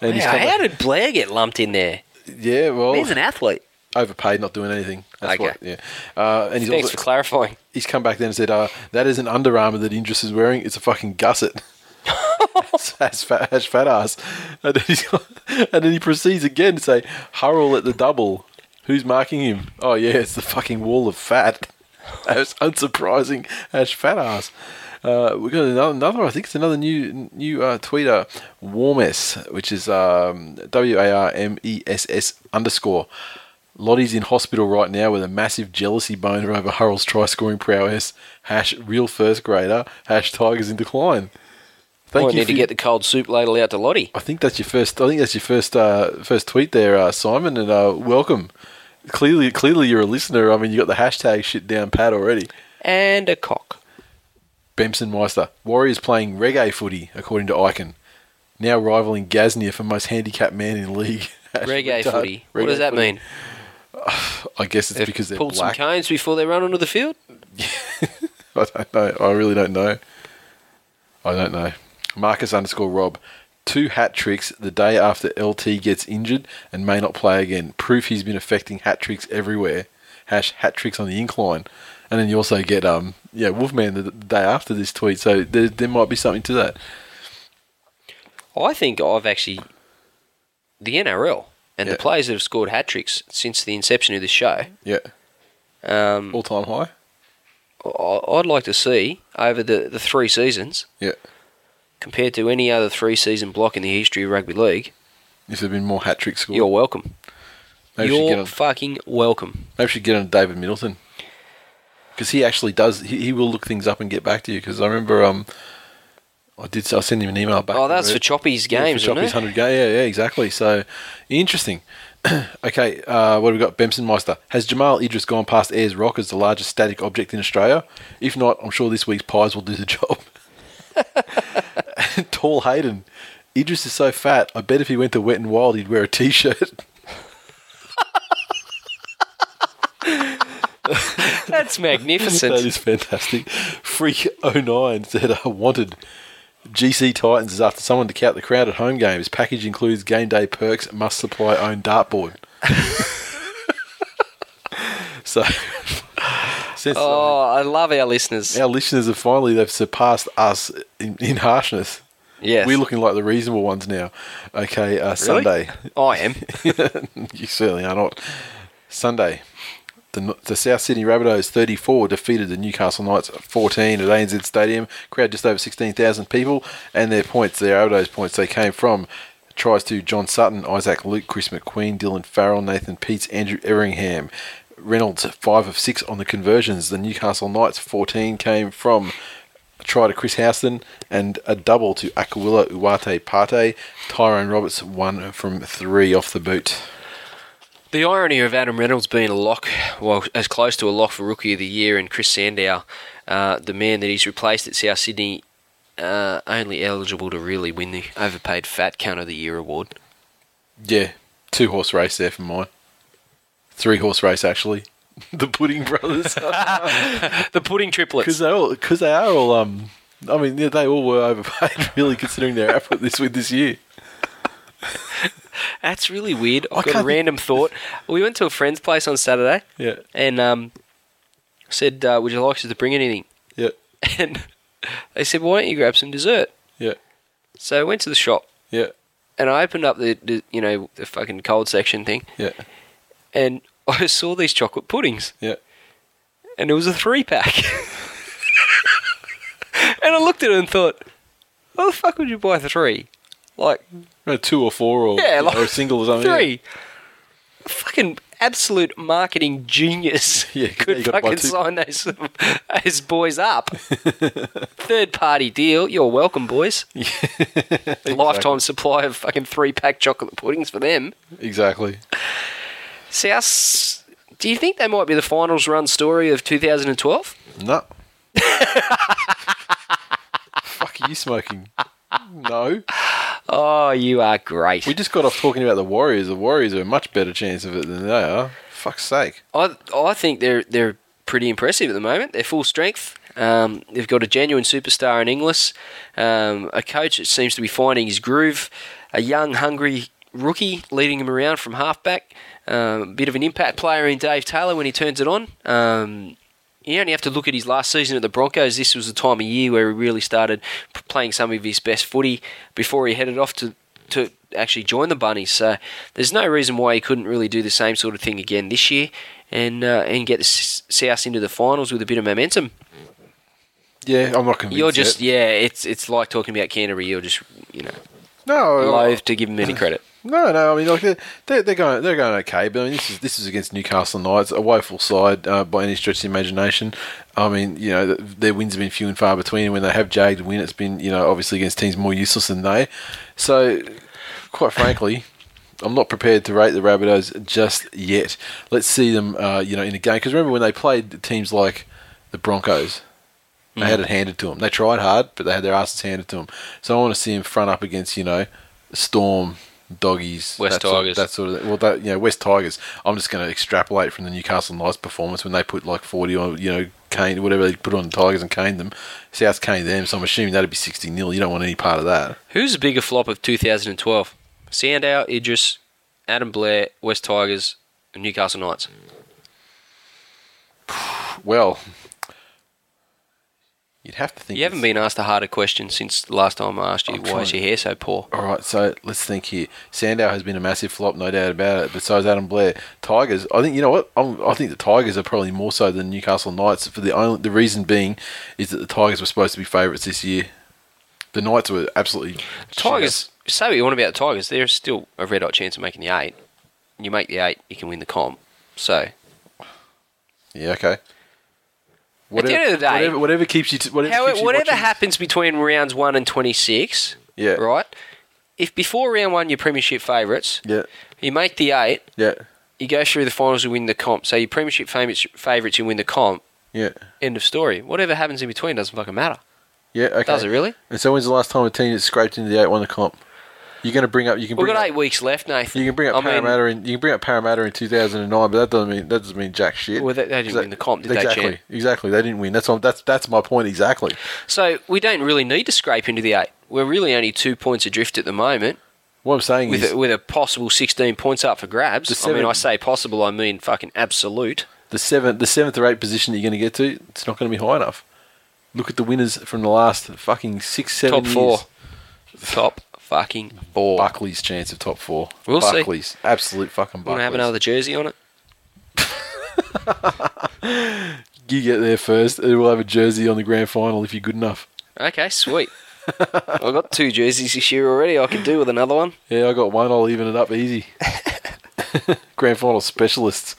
And he's
Wow,
come
how
back-
did Blair get lumped in there?
yeah, well,
He's an athlete.
overpaid, not doing anything. That's
Okay.
what, yeah. Uh, and he's
Thanks
also,
for clarifying.
he's come back then and said, uh, "That is an Under Armour that Indris is wearing. It's a fucking gusset." *laughs* That's fat, that's fat ass. And then, he's got- and then he proceeds again to say, "Hurl at the double. Who's marking him? Oh yeah, it's the fucking wall of fat." *laughs* That's unsurprising. That's fat ass. Uh, we got another, another. I think it's another new new uh, tweeter, Warmess, which is um, W A R M E S S underscore. Lottie's in hospital right now with a massive jealousy boner over Hurrell's try scoring prowess. Hash real first grader. Hash Tigers in decline. Thank
Well, I
you.
need
for
to
your-
get the cold soup ladle out to Lottie.
I think that's your first. I think that's your first uh, first tweet there, uh, Simon, and uh, welcome. Clearly, clearly you're a listener. I mean, you got the hashtag shit down pat already.
And a cock.
Bemson Meister. Warriors playing reggae footy, according to Icon. Now rivaling Gaznia for most handicapped man in league. *laughs* Hash
Reggae
retard.
footy. What
Reggae
does that
footy.
mean?
I guess it's because they're
pulled
black.
some cones before they run onto the field?
*laughs* I don't know. I really don't know. I don't know. Marcus underscore Rob. Two hat tricks the day after LT gets injured and may not play again. Proof he's been affecting hat tricks everywhere. Hash hat tricks on the incline. And then you also get um yeah Wolfman the, the day after this tweet. So there, there might be something to that.
I think I've actually. The NRL and the
Yeah.
players that have scored hat tricks since the inception of this show,
Yeah.
um,
All time high.
I- I'd like to see over the, the three seasons,
Yeah.
compared to any other three season block in the history of rugby league,
If there'd been more hat tricks scored,
you're welcome.
maybe we should get
you're
on,
fucking welcome.
maybe we should get on David Middleton because he actually does. He, he will look things up and get back to you. Because I remember um I did. I sent him an email back.
oh, that's
Remember?
for Choppy's
Yeah,
games,
for Choppy's
wasn't it?
100 game. Yeah, yeah, exactly. So interesting. *clears throat* okay, uh, what have we got? Bemsenmeister. Has Jamal Idris gone past Ayers Rock as the largest static object in Australia? If not, I'm sure this week's pies will do the *laughs* job. Tall Hayden. Idris is so fat, I bet if he went to Wet and Wild, he'd wear a t *laughs* shirt. *laughs*
That's magnificent.
That is fantastic. Freak 09 said, I wanted. GC Titans is after someone to count the crowd at home games. Package includes game day perks, must supply *laughs* own dartboard. so, sense.
Oh, I love our listeners.
Our listeners have finally they've surpassed us in, in harshness.
Yes.
We're looking like the reasonable ones now. Okay, uh, Sunday.
*laughs* I am.
*laughs* you certainly are not. Sunday. The, the South Sydney Rabbitohs 34 defeated the Newcastle Knights 14 at ANZ Stadium. Crowd just over 16,000 people, and their points, their Rabbitohs points, they came from tries to John Sutton, Isaac Luke, Chris McQueen, Dylan Farrell, Nathan Peets, Andrew Everingham. Reynolds 5 of 6 on the conversions. The Newcastle Knights 14 came from a try to Chris Houston and a double to Aquila Uwate Pate. Tyrone Roberts 1 from 3 off the boot.
The irony of Adam Reynolds being a lock, well, as close to a lock for Rookie of the Year, and Chris Sandow, uh, the man that he's replaced at South Sydney, uh, only eligible to really win the overpaid Fat Count of the Year award. *laughs*
Yeah, two horse race there for mine. Three horse race, actually. *laughs* the Pudding
*laughs*
Brothers.
The pudding triplets.
Because they all, cause uh, they are all, um, I mean, yeah, they all were *laughs* overpaid, really, considering their effort this with this year.
That's really weird.
I
I've got a
can't-
random
*laughs*
thought. We went to a friend's place on Saturday
Yeah,
and um, said, uh, Would you like us to bring anything? *laughs*
yeah,
And they said, Why don't you grab some dessert?
yeah,
So I went to the shop
yeah,
and I opened up the, the you know, the fucking cold section thing
yeah,
and *laughs* I saw these chocolate puddings.
yeah.
and it was a three pack. *laughs* and I looked at it and thought, why the fuck would you buy three? Like
No, two or four or,
Yeah, like
or a single or something.
three. Fucking absolute marketing genius.
*laughs* Yeah,
could
you gotta buy
fucking
two.
sign those,
*laughs*
those boys up. Third party deal. You're welcome,
*laughs*
boys. Lifetime supply of fucking three pack chocolate puddings for them.
Yeah, exactly.
South. Do you think they might be the finals run story of 2012?
No. Fuck are you smoking? No.
Oh, you are great.
We just got off talking about the Warriors. The Warriors are a much better chance of it than they are. Fuck's sake.
I I think they're they're pretty impressive at the moment. They're full strength. Um, they've got a genuine superstar in Inglis, um, a coach that seems to be finding his groove, a young, hungry rookie leading him around from halfback, um, a bit of an impact player in Dave Taylor when he turns it on. Um, you only have to look at his last season at the Broncos. This was the time of year where he really started p- playing some of his best footy before he headed off to to actually join the Bunnies. So there's no reason why he couldn't really do the same sort of thing again this year and uh, and get the S- South into the finals with a bit of momentum.
Yeah, I'm not convinced.
You're just
yet.
yeah, it's it's like talking about Canterbury. You're just you know
no
loath to give him any credit.
No, no. I mean, like they're- they're, they're going they're going okay, but I mean, this is this is against Newcastle Knights, a woeful side uh, by any stretch of the imagination. I mean, you know, th- their wins have been few and far between. and When they have jagged win, it's been you know obviously against teams more useless than they. So, quite frankly. I'm not prepared to rate the Rabbitohs just yet. Let's see them, uh, you know, in a game. Because remember when they played teams like the Broncos, they
Mm.
had it handed to them. They tried hard, but they had their asses handed to them. So I want to see them front up against, you know, Storm, Doggies,
West
that sort-
Tigers.
that sort of well, that you know, West Tigers. I'm just going to extrapolate from the Newcastle Knights performance when they put like 40 or you know, cane whatever they put on the Tigers and cane them. South cane them, so I'm assuming that'd be 60 nil. You don't want any part of that.
Who's the bigger flop of 2012? Sandow, Idris, Adam Blair, West Tigers, and Newcastle Knights.
Well, you'd have to think.
You haven't
it's-
been asked a harder question since the last time I asked you
I'm
why is
trying-
your hair so poor.
All right, so let's think here. Sandow has been a massive flop, no doubt about it. But so has Adam Blair. Tigers, I think you know what? I'm, I think the Tigers are probably more so than Newcastle Knights. For the only the reason being is that the Tigers were supposed to be favourites this year. The Knights were absolutely
Tigers, say what you want about the Tigers, there's still a red hot chance of making the eight. You make the eight, you can win the comp. So,
Yeah, okay.
At the end of the day-
whatever, whatever keeps you, t- whatever,
how,
keeps you
whatever
watching-
happens between rounds one and 26,
Yeah.
right? If before round one you're Premiership favourites,
Yeah,
you make the eight,
yeah,
you go through the finals and win the comp. So, your Premiership favourites, favourites you win the comp.
yeah,
End of story. Whatever happens in between doesn't fucking matter.
yeah. Okay.
Does it really?
And so, when's the last time a team that scraped into the eight won the comp? You're going to bring up. You can
We've
bring
got
up,
eight weeks left, Nathan.
You can bring up
I mean,
Parramatta in you can bring up Parramatta in two thousand and nine, but that doesn't mean that doesn't mean jack shit.
Well, they- they didn't
Exac-
win the comp, did they,
exactly,
Chan?
exactly. They didn't win. That's what, that's that's my point exactly.
So we don't really need to scrape into the eight. We're really only two points adrift at the moment,
What I'm saying
with
is
a, with a possible sixteen points up for grabs.
The
I mean,
seven-
I say possible, I mean fucking absolute.
the seventh, the seventh or eighth position that you're going to get to, it's not going to be high enough. Look at the winners from the last fucking six, seven
Top
years.
four. Top fucking four.
Buckley's chance of top four.
We'll see.
Buckley's absolute fucking
Want
Buckley's.
to have another jersey on it?
You get there first. and We'll have a jersey on the grand final if you're good enough.
Okay, sweet. *laughs* I've got two jerseys this year already. I could do with another one.
Yeah, I got one. I'll even it up
*laughs*
easy. grand final specialists.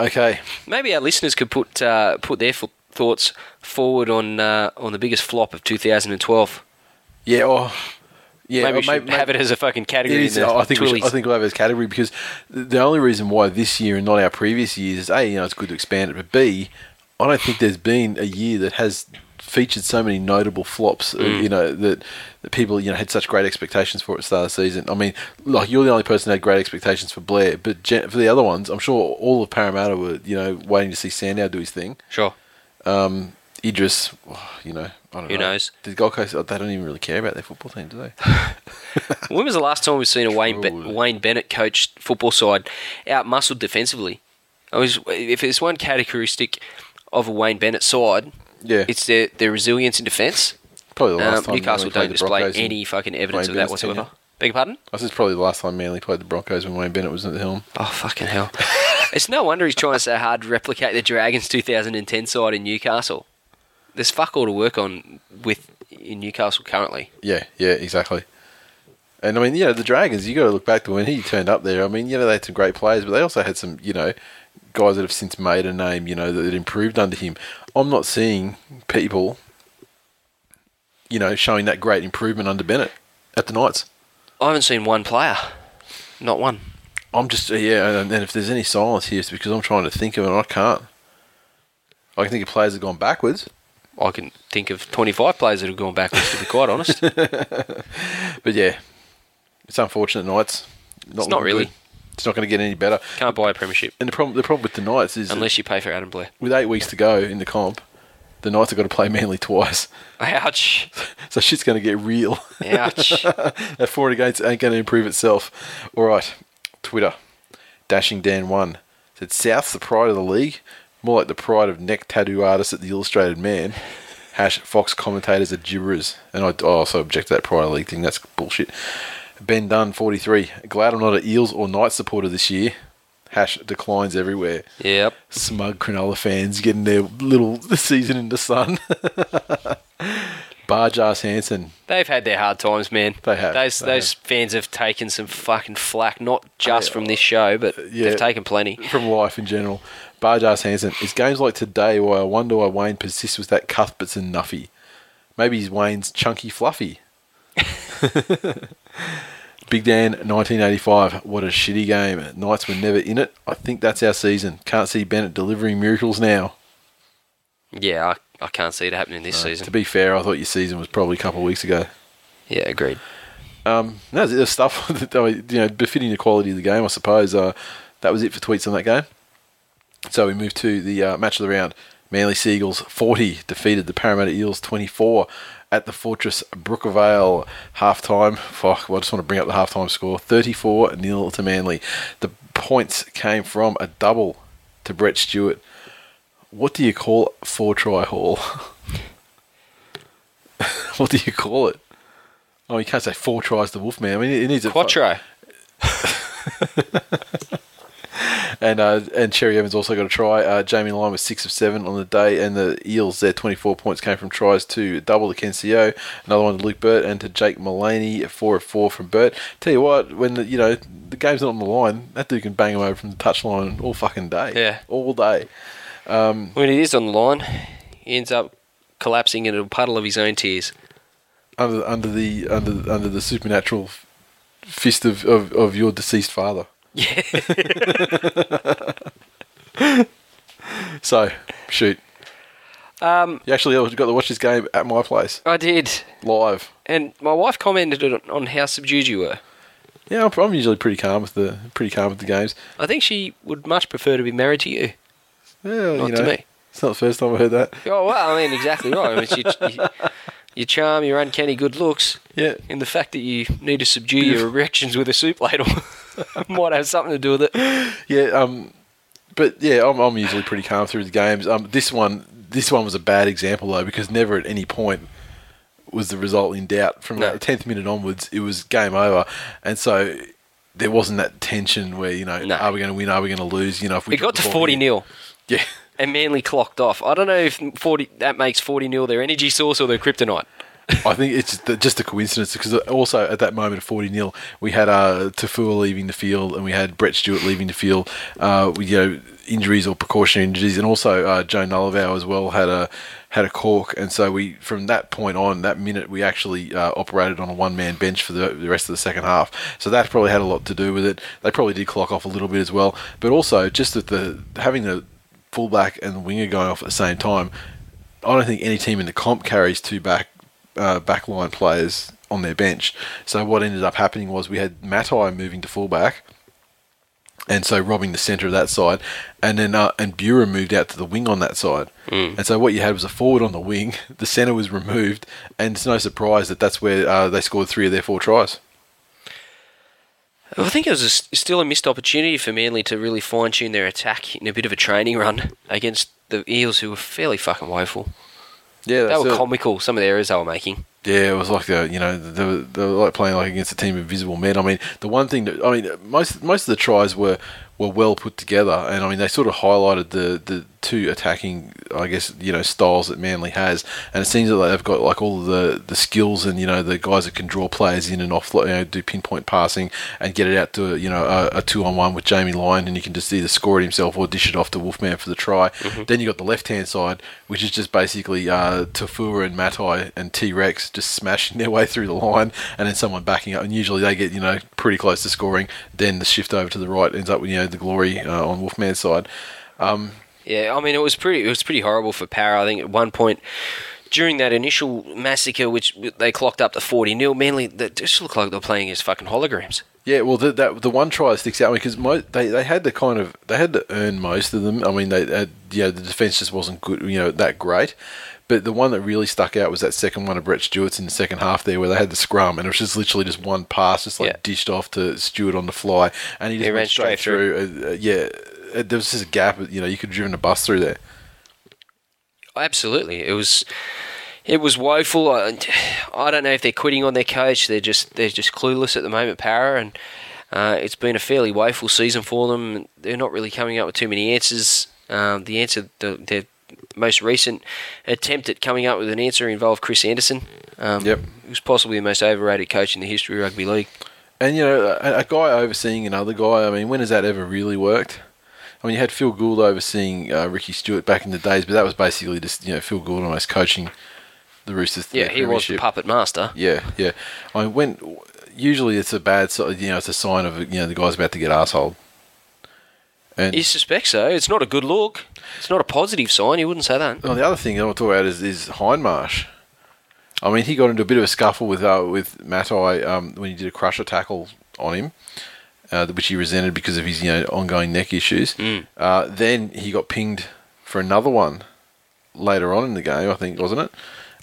Okay.
Maybe our listeners could put uh, put their f- thoughts forward on uh, on the biggest flop of 2012.
Yeah. Or yeah. or
maybe we should
may- may-
have it as a fucking
It
category.
is.
in the
I think we should, I
Twillies.
think we'll have it as category because th- the only reason why this year and not our previous years is a you know it's good to expand it, but b I don't think there's been a year that has featured so many notable flops. uh,
Mm.
You know that, that people you know had such great expectations for at the start of the season. I mean, like you're the only person who had great expectations for Blair, but gen- for the other ones, I'm sure all of Parramatta were you know waiting to see Sandow do his thing.
Sure.
Idris, oh, you know, I don't
Who
know.
knows?
The Gold Coast, oh, they don't even really care about their football team,
*laughs*
do they?
When was the last time we've seen a Wayne Be-
Truly.
Wayne Bennett coached football side out muscled defensively? I was if there's one characteristic of a Wayne Bennett side,
Yeah.
it's their their resilience in defence.
Probably the last
Um,
time
Newcastle
Manly played
don't
the
display
Broncos and-
any fucking evidence
Wayne
of that
Bennett's
whatsoever.
tenure.
Beg your pardon?
This is probably the last time Manly played the Broncos when Wayne Bennett was at the helm.
Oh
*laughs*
fucking hell! *laughs* it's no wonder he's trying so hard to replicate the Dragons 2010 side in Newcastle. There's fuck all to work on with in Newcastle currently.
Yeah, yeah, exactly. And I mean, you know, the Dragons, you got to look back to when he turned up there. I mean, you know, they had some great players, but they also had some, you know, guys that have since made a name, you know, that had improved under him. I'm not seeing people, you know, showing that great improvement under Bennett at the Knights.
I haven't seen one player, not one.
I'm just, uh, yeah, and, and if there's any silence here, it's because I'm trying to think of it and I can't. I can think of players that have gone backwards.
I can think of 25 players that have gone backwards. To be
*laughs*
quite honest,
But yeah, it's unfortunate Knights.
It's not
looking
really.
good. It's not going to get any better.
can't buy a premiership
And the problem, the problem with the Knights is that
unless you pay for Adam Blair.
with eight weeks to go in the comp, the Knights have got to play Manly twice. *laughs*
Ouch!
So shit's going to get real. *laughs*
Ouch!
that forward against ain't going to improve itself. All right, Twitter. Dashing Dan one said South's the pride of the league, more like the pride of neck tattoo artists at the Illustrated Man. Hash Fox commentators are gibberers, and I I also object to that pride of the league thing. That's bullshit. Ben Dunn forty three. Glad I'm not an Eels or Knights supporter this year. Hash declines everywhere.
yep.
smug Cronulla fans getting their little *laughs* season in the sun. *laughs* Barge ass Hansen.
They've had their hard times, man.
They have,
Those
they
those fans have taken some fucking flack, not just from this show, but
yeah.
they've taken plenty.
From life in general. Barge ass Hansen. It's games like today where I wonder why Wayne persists with that Cuthberts and Nuffy. Maybe he's Wayne's chunky fluffy. Big Dan, 1985. What a shitty game. Knights were never in it. I think that's our season. Can't see Bennett delivering miracles now.
Yeah, I, I can't see it happening this
To
season.
be fair, I thought your season was probably a couple of weeks ago.
Yeah, agreed.
Um, no, there's stuff *laughs* that I mean, you know befitting the quality of the game, I suppose. Uh, that was it for tweets on that game. So we move to the uh, match of the round. Manly Seagulls 40 defeated the Parramatta Eels 24 at the Fortress Brookvale half time. Fuck, well, I just want to bring up the half time score 34 nil to Manly. The points came from a double to Brett Stewart. What do you call four try haul? *laughs* what do you call it? Oh, you can't say four tries to Wolfman. I mean, it needs a
Quattro.
And uh, and Cherry Evans also got a try. Uh, Jamie Lyon was six of seven on the day, and the Eels their twenty four points came from tries to double to Ken Seo, another one to Luke Burt, and to Jake Mullaney four of four from Burt. Tell you what, when the, you know the game's not on the line, that dude can bang him over from the touchline all fucking day.
Yeah.
all day.
When it is on the line, he ends up collapsing into a puddle of his
*laughs*
own tears.
Under under the under under the supernatural f- fist of, of, of your deceased father.
Yeah.
So shoot. Um, you actually got to watch this game at my place
*laughs* I did.
live.
And my wife commented on- on how subdued you were.
Yeah, I'm, I'm usually pretty calm with the pretty calm with the games.
I think she would much prefer to be married to you.
Yeah,
Not
you
to
know,
me.
It's not the first time I heard that.
Oh, well, I mean, exactly right. I mean, you, you, your charm, your uncanny good looks,
Yeah.
and the fact that you need to subdue
*laughs*
*laughs* your erections with a soup ladle might have something to do with it.
Yeah, um, but yeah, I'm, I'm usually pretty calm through the games. Um, this one, this one was a bad example though because never at any point was the result in doubt. From
No.
about the tenth minute onwards, it was game over, and so there wasn't that tension where you know,
No.
are we going to win? Are we going to lose? You know, if we
It
drop
got to
the ball
40
here-
nil.
yeah.
And Manly clocked off. I don't know if 40 that makes 40 nil their energy source or their kryptonite.
I think it's just the- just a coincidence because also at that moment of 40 0, we had uh, Tafua leaving the field and we had Brett Stewart leaving the field uh, with you know, injuries or precautionary injuries. And also uh, Joe Nullivow as well had a had a cork. And so we from that point on, that minute, we actually uh, operated on a one man bench for the, the rest of the second half. So that probably had a lot to do with it. They probably did clock off a little bit as well. But also just that the having the fullback and the winger going off at the same time. I don't think any team in the comp carries two back uh, backline players on their bench. So what ended up happening was we had Matai moving to fullback, and so robbing the centre of that side, and then uh, and Bura moved out to the wing on that side.
Mm.
And so what you had was a forward on the wing, *laughs* the centre was removed, and it's no surprise that that's where uh, they scored three of their four tries.
I think it was a s still a missed opportunity for Manly to really fine tune their attack in a bit of a training run against the Eels, who were fairly fucking woeful.
Yeah,
They were comical, some of the errors they were making.
Yeah, it was like the you know they were, they were like playing like against a team of invisible men. I mean, the one thing that I mean most most of the tries were were well put together, and I mean they sort of highlighted the the two attacking I guess you know styles that Manly has, and it seems that they've got like all of the the skills and you know the guys that can draw players in and off, you know, do pinpoint passing and get it out to you know a, a two on one with Jamie Lyon, and you can just either score it himself or dish it off to Wolfman for the try. Then you got the left hand side, which is just basically uh, Tafua and Matai and T Rex just smashing *laughs* their way through the line, and then someone backing up. And usually they get you know pretty close to scoring. Then the shift over to the right ends up with you know the glory uh, on Wolfman's side.
Yeah, I mean it was pretty. It was pretty horrible for Para. I think at one point during that initial massacre, which they clocked up to forty nil, Manly that just looked like they were playing as fucking holograms.
Yeah, well, the, that the one try sticks out because mo- they they had to kind of they had to earn most of them. I mean, they had, you know the defense just wasn't good, you know, that great. But the one that really stuck out was that second one of Brett Stewart's in the second half there, where they had the scrum, and it was just literally just one pass, just like
Yeah.
dished off to Stewart on the fly, and he just
He
went straight, through. Uh, uh, yeah, uh, there was just a gap. You know, you could have driven a bus through there.
Absolutely, it was. It was woeful. I, I don't know if they're quitting on their coach. They're just they're just clueless at the moment, Para, and uh, it's been a fairly woeful season for them. They're not really coming up with too many answers. Um, the answer, the, their most recent attempt at coming up with an answer involved Chris Anderson. Um,
Yep.
who's possibly the most overrated coach in the history of rugby league.
And you know, a, a guy overseeing another guy. I mean, when has that ever really worked? I mean, you had Phil Gould overseeing uh, Ricky Stewart back in the days, but that was basically just you know Phil Gould almost coaching the Roosters. to
Yeah,
their
he was the
premiership.
puppet master.
Yeah, yeah. I mean, when usually it's a bad, si- you know, it's a sign of you know the guy's about to get assholed. And
You suspect so. It's not a good look. It's not a positive sign. You wouldn't say that.
Well, the other thing I want to talk about is, is Hindmarsh. I mean, he got into a bit of a scuffle with uh, with Matai um, when he did a crusher tackle on him, uh, which he resented because of his you know ongoing neck issues. Uh, then he got pinged for another one later on in the game, I think, wasn't it?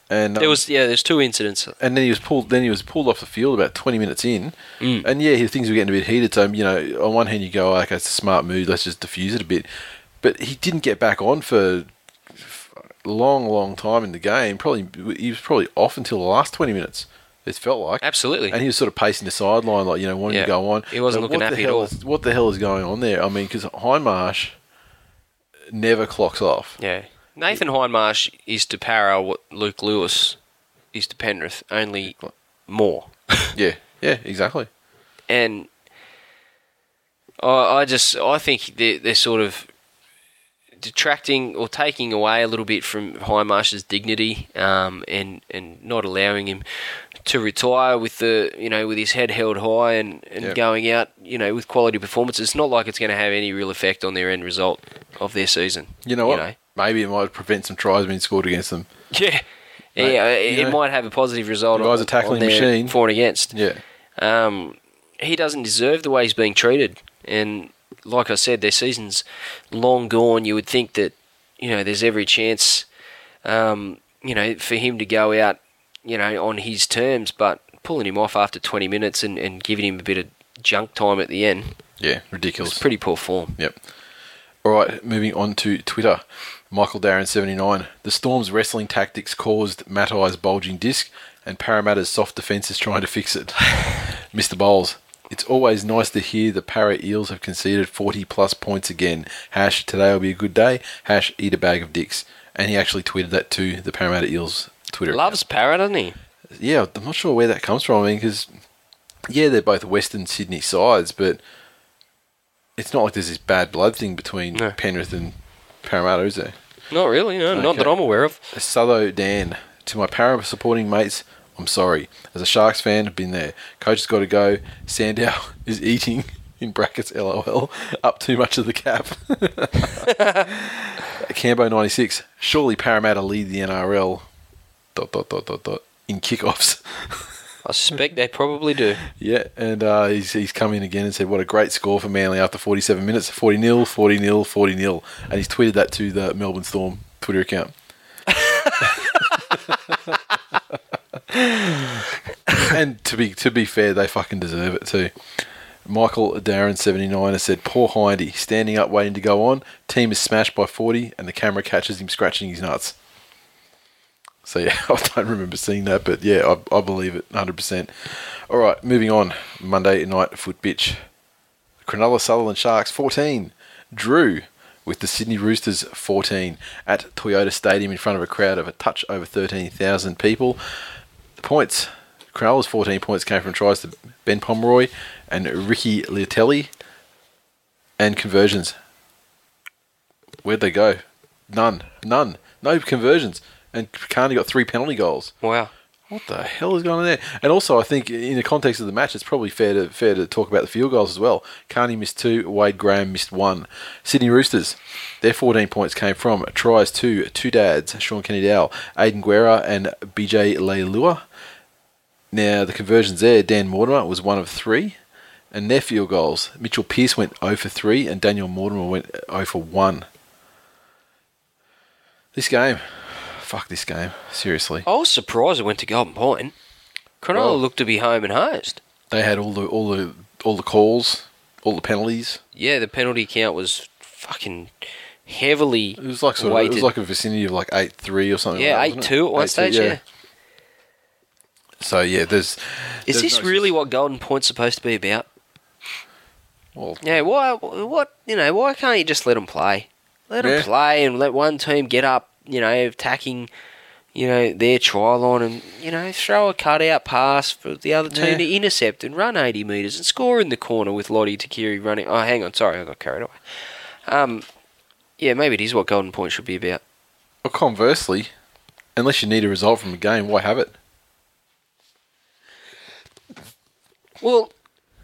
And
There
um,
was yeah. There's two incidents.
and then he was pulled. Then he was pulled off the field about twenty minutes in,
Mm.
and yeah, his things were getting a bit heated. So you know, on one hand, you go, "Oh, okay, it's a smart move. Let's just diffuse it a bit. But he didn't get back on for f- a long, long time in the game. Probably he was probably off until the last twenty minutes. It felt like
Absolutely.
and he was sort of pacing the sideline, like you know, wanting
Yeah.
to go on.
He wasn't
But
looking
what the
happy at
hell
all.
Is, what the hell is going on there? I mean, because Hindmarsh never clocks
*laughs*
off.
Yeah. Nathan Hindmarsh is to Para what Luke Lewis is to Penrith, only more.
yeah, yeah exactly.
And I, I just I think they're, they're sort of detracting or taking away a little bit from Highmarsh's dignity, um, and and not allowing him to retire with the you know with his head held high and, and
Yep.
going out you know with quality performances. It's not like it's going to have any real effect on their end result of their season.
You know what? Maybe it might prevent some tries being scored against them.
*laughs* Yeah. yeah, it,
you
it
know,
might have a positive result.
the guy's
on-
a tackling
on their
machine.
For and against.
Yeah.
Um, he doesn't deserve the way he's being treated. And like I said, their season's long gone. You would think that, you know, there's every chance, um, you know, for him to go out, you know, on his terms. But pulling him off after 20 minutes and, and giving him a bit of junk time at the end
Yeah,
was
ridiculous.
pretty poor form.
yep. All right, moving on to Twitter. Michael Darren seventy nine. The Storm's wrestling tactics caused Mattai's bulging disc, and Parramatta's soft defence is trying to fix it. Mr. Bowles. It's always nice to hear the Para Eels have conceded 40 plus points again. Hash, today will be a good day. Hash, eat a bag of dicks. And he actually tweeted that to the Parramatta Eels Twitter. account.
Loves Parrot, doesn't he?
Yeah, I'm not sure where that comes from. I mean, because, yeah, they're both Western Sydney sides, but it's not like there's this bad blood thing between
No.
Penrith and Parramatta, is there?
Not really, no, not
Okay.
that I'm aware of.
Southo Dan, to my Parramatta supporting mates, I'm sorry. As a Sharks fan, I've been there. Coach has got to go. Sandow *laughs* is eating, in brackets, lol, *laughs* up too much of the cap. Cambo 96, surely Parramatta lead the NRL, dot, dot, dot, dot, dot, in kickoffs.
I suspect they probably do.
Yeah, and uh, he's, he's come in again and said, What a great score for Manly after 47 minutes 40 0, 40 0, 40 0. And he's tweeted that to the Melbourne Storm Twitter account. *laughs* and to be to be fair, they fucking deserve it too. Michael Darren seventy nine has said, "Poor Hindy, standing up, waiting to go on. Team is smashed by forty, and the camera catches him scratching his nuts." So yeah, *laughs* I don't remember seeing that, but yeah, I, I believe it 100%. All right, moving on. Monday night foot bitch. Cronulla Sutherland Sharks 14. Drew with the Sydney Roosters 14 at Toyota Stadium in front of a crowd of a touch over 13,000 people. The points. Cronulla's 14 points came from tries to Ben Pomeroy and Ricky Liatelli and conversions. Where'd they go? None. None. No conversions. And Carney got three penalty goals.
Wow.
What the hell is going on there? And also, I think in the context of the match, it's probably fair to fair to talk about the field goals as well. Carney missed two, Wade Graham missed one. Sydney Roosters, their 14 points came from tries to two dads, Sean Kennedy Dow, Aiden Guerra, and BJ Leilua. Now, the conversions there, Dan Mortimer was one of three. And their field goals, Mitchell Pearce went 0 for 3 and Daniel Mortimer went 0 for 1. This game. Fuck this game. Seriously.
I was surprised it went to Golden Point. Cronulla
Well-
looked to be home and hosed.
They had all the all the all the calls, all the penalties.
Yeah, the penalty count was fucking heavily
It was like sort of,
weighted.
it was like a vicinity of like eight three or something.
yeah,
like
eight
that, wasn't it?
two at one
8-2,
stage. yeah.
So yeah, there's. there's
Is this
no-
really what Golden Point's supposed to be about?
Well,
Yeah, why? What you know? Why can't you just let them play? Let them
Yeah.
play and let one team get up. You know, attacking. You know their try line and you know throw a cutout pass for the other team
Yeah.
to intercept and run eighty meters and score in the corner with Lottie Takiri running. Oh, hang on, sorry, I got carried away. Um, yeah, maybe it is what Golden Point should be about.
Or conversely, unless you need a result from a game, why have it?
Well,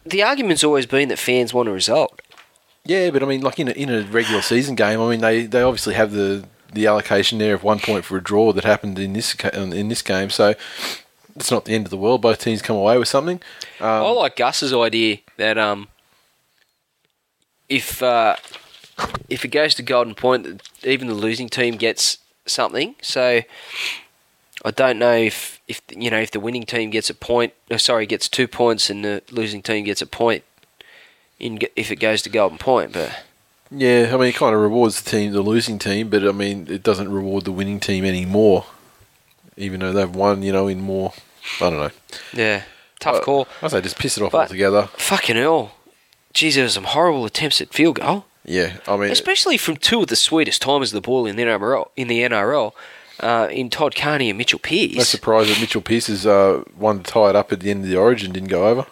the argument's always been that fans want a result.
Yeah, but I mean, like in a, in a regular season game, I mean they, they obviously have the, the allocation there of one point for a draw that happened in this ca- in this game. So it's not the end of the world. Both teams come away with something.
I like Gus's idea that um, if uh, if it goes to Golden Point, that even the losing team gets something. So I don't know if, if you know if the winning team gets a point, uh, sorry, gets two points, and the losing team gets a point. In g- if it goes to Golden Point, but
Yeah, I mean, it kind of rewards the team, the losing team, but I mean, it doesn't reward the winning team anymore, even though they've won, you know, in more. I don't know.
yeah, tough call.
I say just piss it off
But-
altogether.
Fucking hell, jeez, there was some horrible attempts at field goal.
Yeah, I mean,
especially from two of the sweetest timers of the ball in the NRL, in the NRL, uh, in Todd Carney and Mitchell
no
Pearce.
surprise that Mitchell Pearce's uh, one tied up at the end of the Origin didn't go over.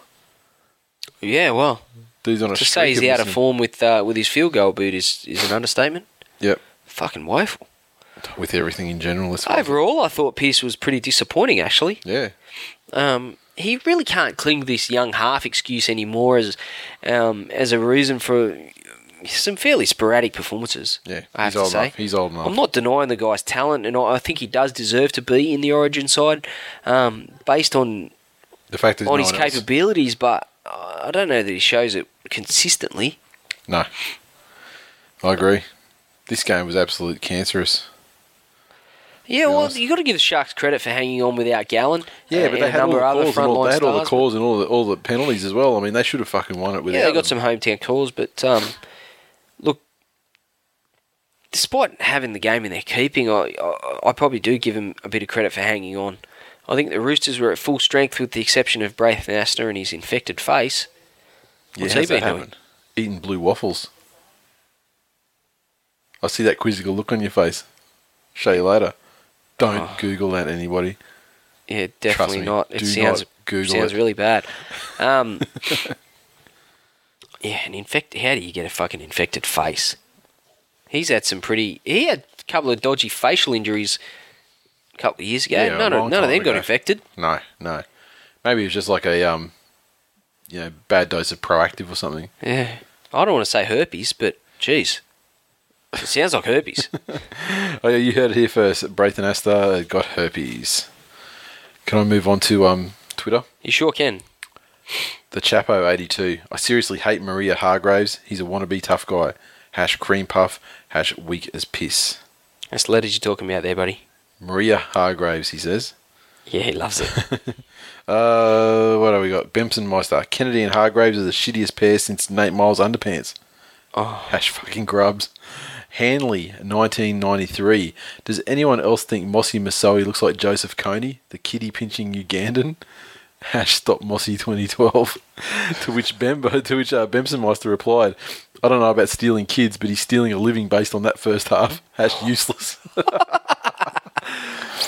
yeah, well,
Dude's on a
to
streak
say he's
of
out of
missing-
form with uh, with his field goal boot is is an understatement.
Yep,
Fucking woeful.
with everything in general. That's
Overall, I thought Pearce was pretty disappointing. Actually,
Yeah,
um, he really can't cling to this young half excuse anymore as um, as a reason for some fairly sporadic performances.
Yeah,
I
he's
have to
old
say
enough- he's old enough.
I'm not denying the guy's talent, and I I think he does deserve to be in the Origin side, um, based on
the fact is,
on
no
his
one else-
capabilities, but uh, I don't know that he shows it consistently.
No, I agree. This game was absolute cancerous.
Yeah, well,
honest.
you got to give the Sharks credit for hanging on without Gallen.
Yeah,
uh,
but
and
they
a
had all the
number of
calls and all,
frontline
they had all the
stars,
calls and all the all the penalties as well. I mean, they should have fucking won it
but-
without.
Yeah, they got
them.
some hometown calls, but um, look, despite having the game in their keeping, I, I, I probably do give them a bit of credit for hanging on. I think the Roosters were at full strength with the exception of Braithnaster and his infected face. What's
how's
he been
that
doing?
happen? Eating blue waffles. I see that quizzical look on your face. Show you later.
Oh.
Don't Google that, anybody.
Yeah, definitely
me,
not. It
do
sounds
not Google
sounds
it.
really
*laughs*
bad. Um, yeah, an infect. How do you get a fucking infected face? He's had some pretty. He had a couple of dodgy facial injuries a couple of years ago.
Yeah, a
none of,
long
none of
time
them got
ago.
infected.
No, no. Maybe it was just like a um, you know, bad dose of proactive or something.
Yeah, I don't want to say herpes, but jeez, it sounds
*laughs*
like herpes.
Oh yeah, you heard it here first. Braithen Astor got herpes. Can I move on to um Twitter?
you sure can.
The Chapo eighty two. I seriously hate Maria Hargraves. He's a wannabe tough guy. Hash cream puff. Hash weak as piss.
That's letters you're talking about there, buddy.
Maria Hargraves. He says.
Yeah, he
*laughs*
loves it.
Uh, what have we got? Bempson Meister. Kennedy and Hargraves are the shittiest pair since Nate Miles underpants.
Oh.
Hash fucking grubs. Hanley, 1993. Does anyone else think Mossy Masoi looks like Joseph Coney, the kitty pinching Ugandan? *laughs* Hash stop Mossy 2012. *laughs* to which Bembo, *laughs* to which uh, Bempson Meister replied, I don't know about stealing kids, but he's stealing a living based on that first half. Hash useless. *laughs*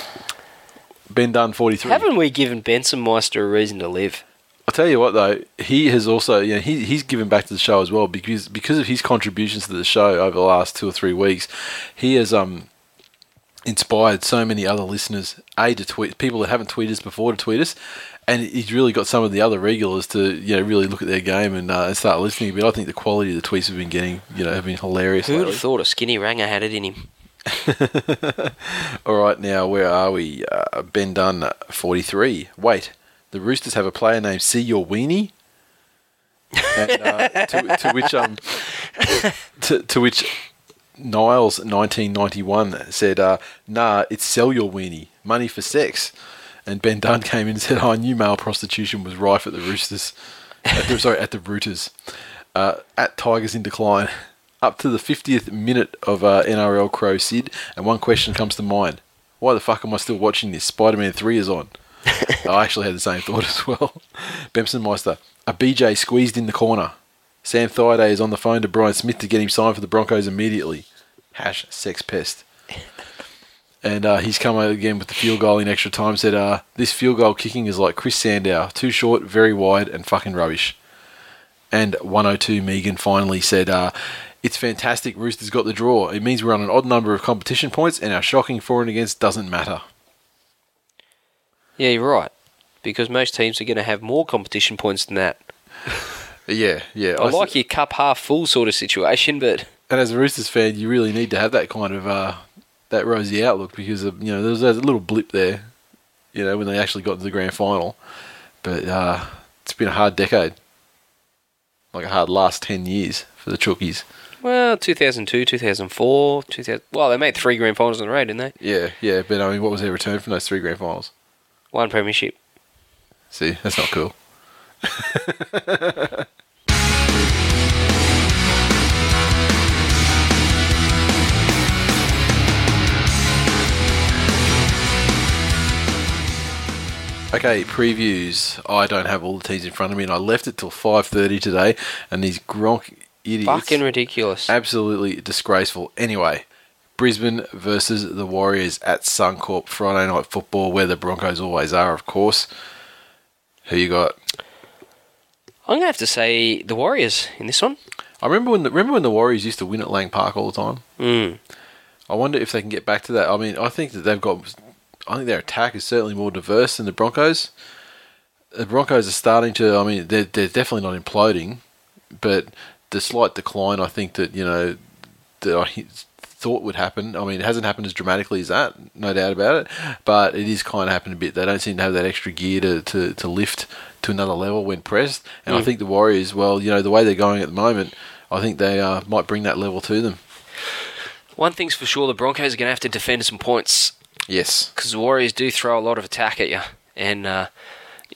ben Dunn 43.
Haven't we given Benson Meister a reason to live?
I'll tell you what though, he has also you know he, he's given back to the show as well because because of his contributions to the show over the last two or three weeks, he has um inspired so many other listeners a to tweet people that haven't tweeted us before to tweet us, and he's really got some of the other regulars to you know really look at their game and uh, start listening. But I think the quality of the tweets we've been getting you know have been hilarious.
Who would
lately.
have thought a skinny ranger had it in him?
All right, now where are we? Uh, ben Dunn, forty-three. Wait, the Roosters have a player named See Your Weenie. And, uh, to, to which um, *laughs* to, to which Niles, nineteen ninety-one, said, uh, "Nah, it's sell your weenie, money for sex." And Ben Dunn came in and said, "Oh, "I knew male prostitution was rife at the Roosters. *laughs* At the, sorry, at the Rooters." uh, at Tigers in decline. Up to the 50th minute of uh, NRL Crow Sid, and one question comes to mind Why the fuck am I still watching this? Spider Man 3 is on. I actually had the same thought as well. Bempson Meister, a BJ squeezed in the corner. Sam Thaiday is on the phone to Brian Smith to get him signed for the Broncos immediately. Hash sex pest. And uh, he's come out again with the field goal in extra time. Said, uh, This field goal kicking is like Chris Sandow too short, very wide, and fucking rubbish. And 102 Megan finally said, uh, It's fantastic. Roosters got the draw. It means we're on an odd number of competition points, and our shocking for and against doesn't matter.
Yeah, you're right. Because most teams are going to have more competition points than that.
Yeah, yeah.
I like your cup half full sort of situation, but
And as a Roosters fan, you really need to have that kind of uh, that rosy outlook because of, you know there was a little blip there, you know, when they actually got to the grand final. But uh, it's been a hard decade, like a hard last ten years for the Chookies.
well, 2002, 2004, 2000. Well, they made three grand finals in a row, didn't they?
Yeah, yeah. But I mean, what was their return from those three grand finals?
One premiership.
See, that's not cool. *laughs* Okay, previews. I don't have all the teas in front of me, and I left it till five thirty today. And these Gronk idiots,
Fucking ridiculous.
absolutely disgraceful. Anyway, Brisbane versus the Warriors at Suncorp Friday night football, where the Broncos always are, of course. Who you got?
I'm going to have to say the Warriors in this one.
I remember when the, remember when the Warriors used to win at Lang Park all the time.
Mm.
I wonder if they can get back to that. I mean, I think that they've got. I think their attack is certainly more diverse than the Broncos. The Broncos are starting to. I mean, they're they're definitely not imploding, but the slight decline. I think that you know that I hi- thought would happen. I mean, it hasn't happened as dramatically as that, no doubt about it. But it is kind of happened a bit. They don't seem to have that extra gear to, to, to lift to another level when pressed. And I think the Warriors, well, you know, the way they're going at the moment, I think they uh, might bring that level to them.
One thing's for sure the Broncos are going to have to defend some points
Yes.
because the Warriors do throw a lot of attack at you. And, uh,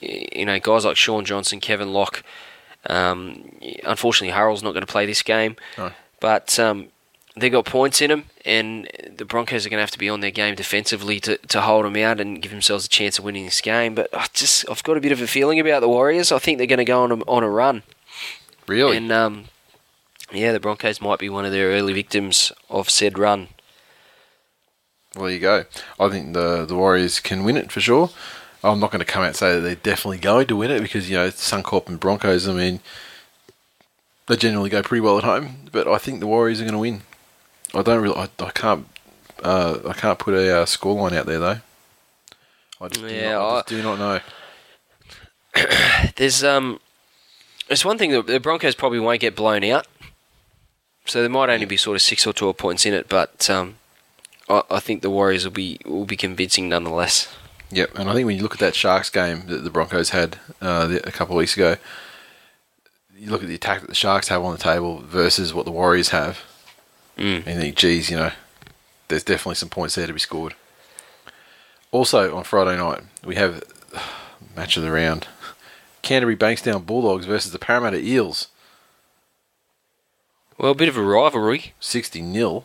y- you know, guys like Sean Johnson, Kevin Locke, um, unfortunately, Harrell's not going to play this game.
No.
But um, they got points in them, and the Broncos are going to have to be on their game defensively to, to hold them out and give themselves a chance of winning this game. But I just I've got a bit of a feeling about the Warriors. I think they're going to go on a, on a run,
Really?
and um, yeah, the Broncos might be one of their early victims of said run.
Well, there you go. I think the the Warriors can win it for sure. I'm not going to come out and say that they're definitely going to win it because you know it's Suncorp and Broncos. I mean, they generally go pretty well at home, but I think the Warriors are going to win. I don't really. I, I can't. Uh, I can't put a uh, scoreline out there though. I just, do,
Yeah,
not, I
I-
just do not know.
There's um, there's one thing that the Broncos probably won't get blown out, so there might only be sort of six or twelve points in it. But um, I, I think the Warriors will be will be convincing nonetheless.
Yep, and I think when you look at that Sharks game that the Broncos had uh, the, a couple of weeks ago, you look at the attack that the Sharks have on the table versus what the Warriors have,
Mm.
and you think, geez, you know, there's definitely some points there to be scored. Also, on Friday night, we have *sighs* match of the round Canterbury Bankstown Bulldogs versus the Parramatta Eels,
Well, a bit of a rivalry.
60 0.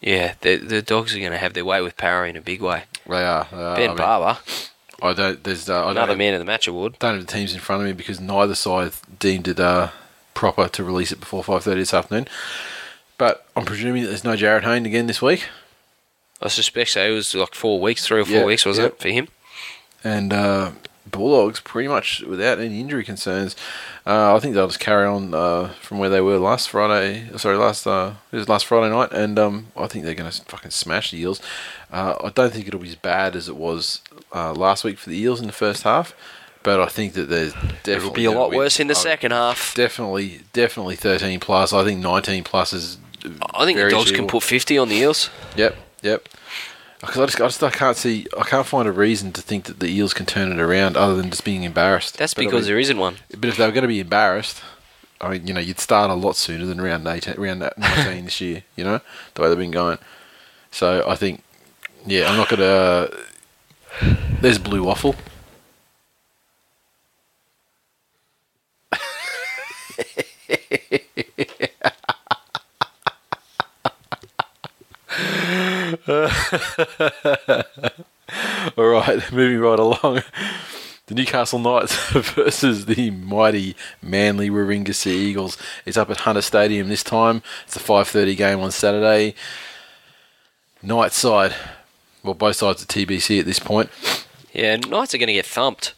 Yeah, the the dogs are going to have their way with Parra in a big way.
They are. They are. Oh,
ben
I mean,
Barber,
I don't, there's, uh, I don't
another man of the match award.
don't have the teams in front of me because neither side deemed it uh, proper to release it before five thirty this afternoon. But I'm presuming that there's no Jared Hayne again this week,
I suspect so. It was like four weeks, three or four
Yeah,
weeks, was
yeah.
it for him?
and uh, Bulldogs pretty much without any injury concerns. Uh, I think they'll just carry on uh, from where they were last Friday. Sorry, last uh, it was last Friday night, and um, I think they're going to fucking smash the Eels. Uh, I don't think it'll be as bad as it was uh, last week for the Eels in the first half, but I think that there's definitely Oh,
It'll be a lot worse in the
second.
second half.
Definitely, definitely 13 plus. I think 19 plus is.
I think the
very
dogs can
achievable.
put fifty on the Eels.
Yep, yep. Because I just, I just, I can't see, I can't find a reason to think that the Eels can turn it around other than just being embarrassed.
That's
But I
because
mean-
there isn't one.
But if they were going to be embarrassed, I mean, you know, you'd start a lot sooner than round 18, round *laughs* 19 this year. You know, the way they've been going. So I think, yeah, I'm not going to. There's blue waffle. *laughs* All right, *laughs* moving right along. The Newcastle Knights *laughs* versus the mighty Manly Warringah Sea Eagles. It's up at Hunter Stadium this time. It's a 5:30 game on Saturday. Knights side, well, both sides are TBC at this point.
Yeah, Knights are going to get thumped,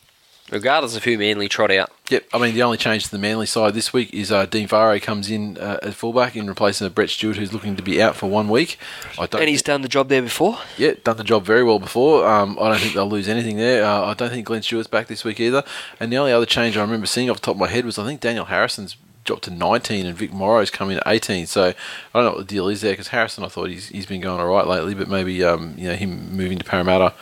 regardless of who Manly trot out.
Yep, I mean the only change to the Manly side this week is uh, Dean Faro comes in uh, at fullback in replacement of Brett Stewart, who's looking to be out for one week. I don't
And he's done the job there before.
yeah, done the job very well before. Um, I don't think they'll lose anything there. Uh, I don't think Glenn Stewart's back this week either. And the only other change I remember seeing off the top of my head was I think Daniel Harrison's dropped to 19 and Vic Morrow's come in at 18. So I don't know what the deal is there because Harrison, I thought he's, he's been going all right lately, but maybe um, you know him moving to Parramatta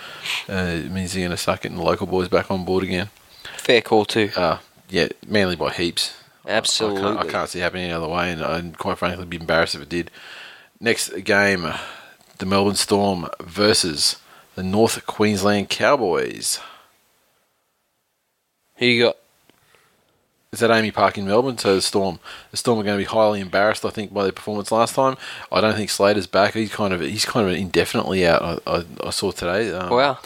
uh, means they're going to suck it and the local boys back on board again.
Fair call too.
Uh, yeah, Manly by heaps.
Absolutely.
I can't, I can't see it happening any other way, and I'd quite frankly be embarrassed if it did. Next game, the Melbourne Storm versus the North Queensland Cowboys.
Who you got?
Is that Amy Park in Melbourne? So the Storm, the Storm are going to be highly embarrassed, I think, by their performance last time. I don't think Slater's back. He's kind of he's kind of indefinitely out. I, I, I saw today. Um,
Wow.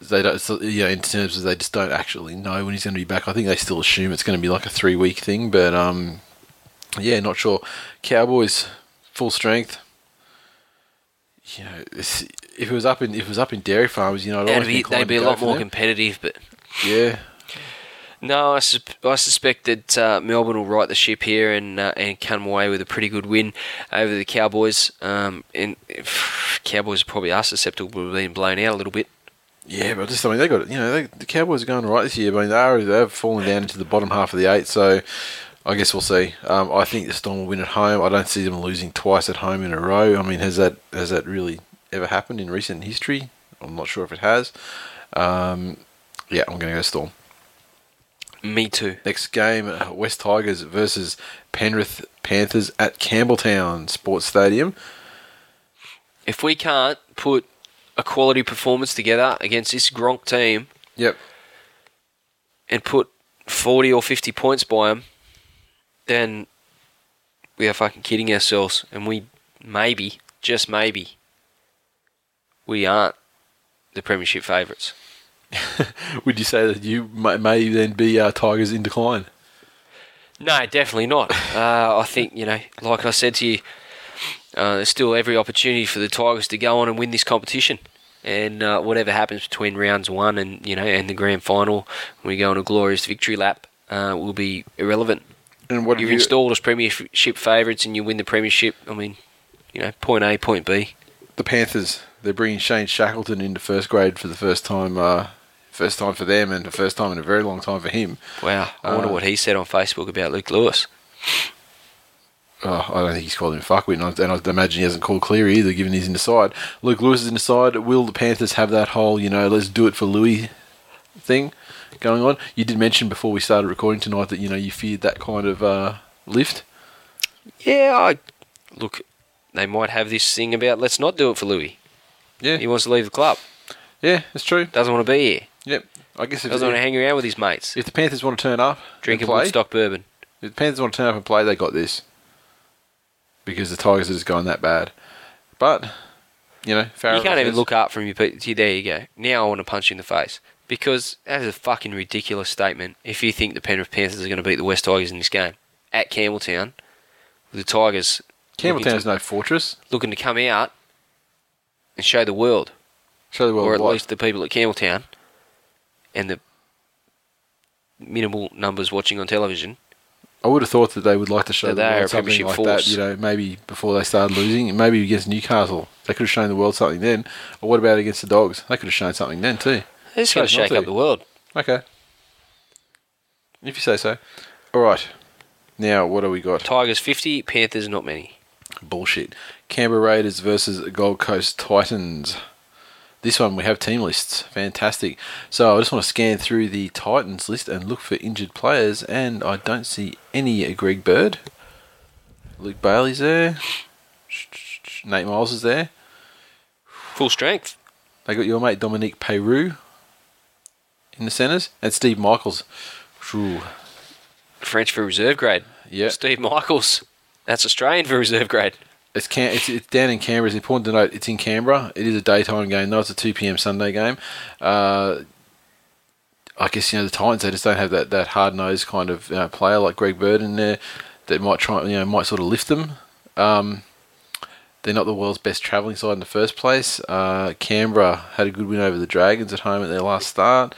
they don't, so, you know, in terms of they just don't actually know when he's going to be back. I think they still assume it's going to be like a three week thing, but um, yeah, not sure. Cowboys full strength. You know, it's, if it was up in if it was up in dairy farmers, you know, I'd
They'd
always
be,
inclined
they'd be
to
a
go
lot
for
more
them.
competitive, but
yeah,
No, I, sus- I suspect that uh, Melbourne will right the ship here and uh, and come away with a pretty good win over the Cowboys. Um, and *sighs* if, Cowboys probably are susceptible to being blown out a little bit.
yeah, but just I mean, they got you know, they, the Cowboys are going right this year. I mean, they are they've fallen down into the bottom half of the eight, so. I guess we'll see. Um, I think the Storm will win at home. I don't see them losing twice at home in a row. I mean, has that has that really ever happened in recent history? I'm not sure if it has. Um, yeah, I'm going to go Storm.
Me too.
Next game, uh, West Tigers versus Penrith Panthers at Campbelltown Sports Stadium.
If we can't put a quality performance together against this Gronk team
Yep.
and put 40 or 50 points by them, then we are fucking kidding ourselves. And we maybe, just maybe, we aren't the premiership favourites.
Would you say that you may, may then be uh, Tigers in decline?
No, definitely not. Uh, I think you know, like I said to you, uh, there's still every opportunity for the Tigers to go on and win this competition. And uh, whatever happens between rounds one and you know and the grand final, when we go on a glorious victory lap, uh, will be irrelevant.
And what have
You're
you-
installed as premiership favourites, and you win the premiership. I mean, you know, point A, point B.
the Panthers. They're bringing Shane Shackleton into first grade for the first time, uh, first time for them, and the first time in a very long time for him.
Wow, I wonder
Uh,
what he said on Facebook about Luke Lewis.
Oh, I don't think he's called him fuckwit, and I, and I imagine he hasn't called Cleary either, given he's in the side. Luke Lewis is in the side. Will the Panthers have that whole, you know, let's do it for Louis thing going on? You did mention before we started recording tonight that you know you feared that kind of uh, lift.
Yeah, I look. They might have this thing about let's not do it for Louis. He
Yeah,
wants to leave the club.
yeah, it's true.
Doesn't want to be here.
Yep, I guess if,
Doesn't want to
if,
hang around with his mates.
the Panthers want to turn up, and
Drinking
play,
Woodstock bourbon.
If the Panthers want to turn up and play, they got this. Because the Tigers are just going that bad. But, you know, Farrell.
you can't even look up from your pe- see, There you go. Now I want to punch you in the face. Because that is a fucking ridiculous statement if you think the Penrith Panthers are going to beat the West Tigers in this game. At Campbelltown, with the Tigers looking
Campbelltown's
to,
no fortress.
looking to come out and show the world,
Show the world
or at
what.
least the people at Campbelltown and the minimal numbers watching on television,
I would have thought that they would like to show
That
the
they are
world
a
something
premiership
like
force.
that. You know, maybe before they started losing, maybe against Newcastle, they could have shown the world something then. Or what about against the Dogs? They could have shown something then too.
it's going to
Chose not
shake up
to.
the world.
Okay, if you say so. All right. Now what do we got?
Tigers 50, Panthers not many.
Bullshit. Canberra Raiders versus Gold Coast Titans. This one we have team lists. Fantastic. So I just want to scan through the Titans list and look for injured players, and I don't see any uh, Greg Bird. Luke Bailey's there. Nate Miles is there.
Full strength.
They got your mate Dominique Peru in the centres, and Steve Michaels. Phew.
French for reserve grade.
Yeah.
Steve Michaels. That's Australian for reserve grade.
It's, Cam- it's it's down in Canberra. It's important to note it's in Canberra. It is a daytime game. No, it's a two p.m. Sunday game. Uh, I guess you know the Titans. They just don't have that, that hard nosed kind of uh, player like Greg Bird in there that might try you know might sort of lift them. Um, they're not the world's best travelling side in the first place. Uh, Canberra had a good win over the Dragons at home at their last start.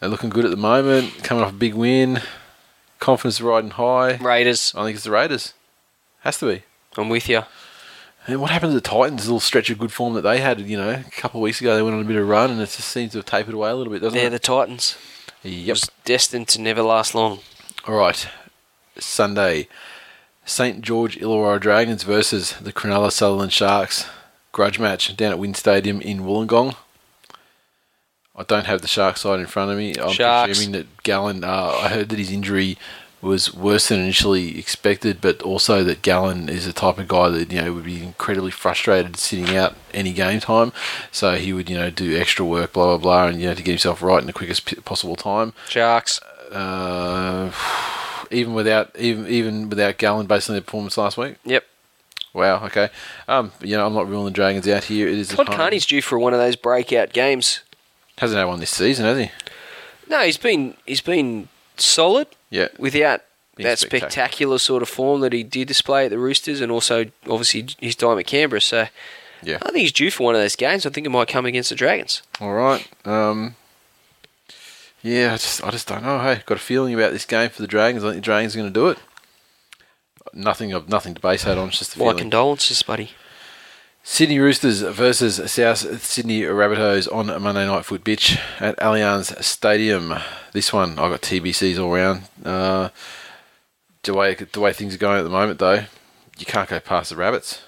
They're looking good at the moment. Coming off a big win, confidence riding high.
Raiders,
I think it's the Raiders. Has to be.
I'm with you.
And what happened to the Titans' little stretch of good form that they had, you know, a couple of weeks ago? They went on a bit of a run, and it just seems to have tapered away a little bit, doesn't
They're the
it?
Titans.
yep.
Was destined to never last long.
All right. Sunday, St George Illawarra Dragons versus the Cronulla Sutherland Sharks grudge match down at Wynn Stadium in Wollongong. I don't have the Shark side in front of me. I'm
Sharks.
presuming that Gallen. Uh, I heard that his injury was worse than initially expected, but also that Gallen is the type of guy that you know would be incredibly frustrated sitting out any game time. So he would you know do extra work, blah blah blah, and you know to get himself right in the quickest p- possible time
Sharks.
uh, *sighs* even without even even without Gallen based on their performance last week.
Yep.
Wow. Okay. Um. You know, I'm not ruling the Dragons out here. It is. at
Todd
home.
Carney's due for one of those breakout games.
hasn't had one this season, has he?
No, he's been he's been solid
Yeah.
without
Been
that
spectacular.
spectacular sort of form that he did display at the Roosters and also obviously his time at Canberra. So
Yeah.
I think he's due for one of those games. I think it might come against the Dragons.
All right. Um. Yeah. I just I just don't know. Hey, got a feeling about this game for the Dragons. I think the Dragons are going to do it. Nothing of nothing to base that on. It's just a
My
feeling.
condolences, buddy.
Sydney Roosters versus South Sydney Rabbitohs on Monday Night Foot Bitch at Allianz Stadium. This one, I got TBCs all round. Uh, the, way, the way things are going at the moment, though, you can't go past the Rabbits.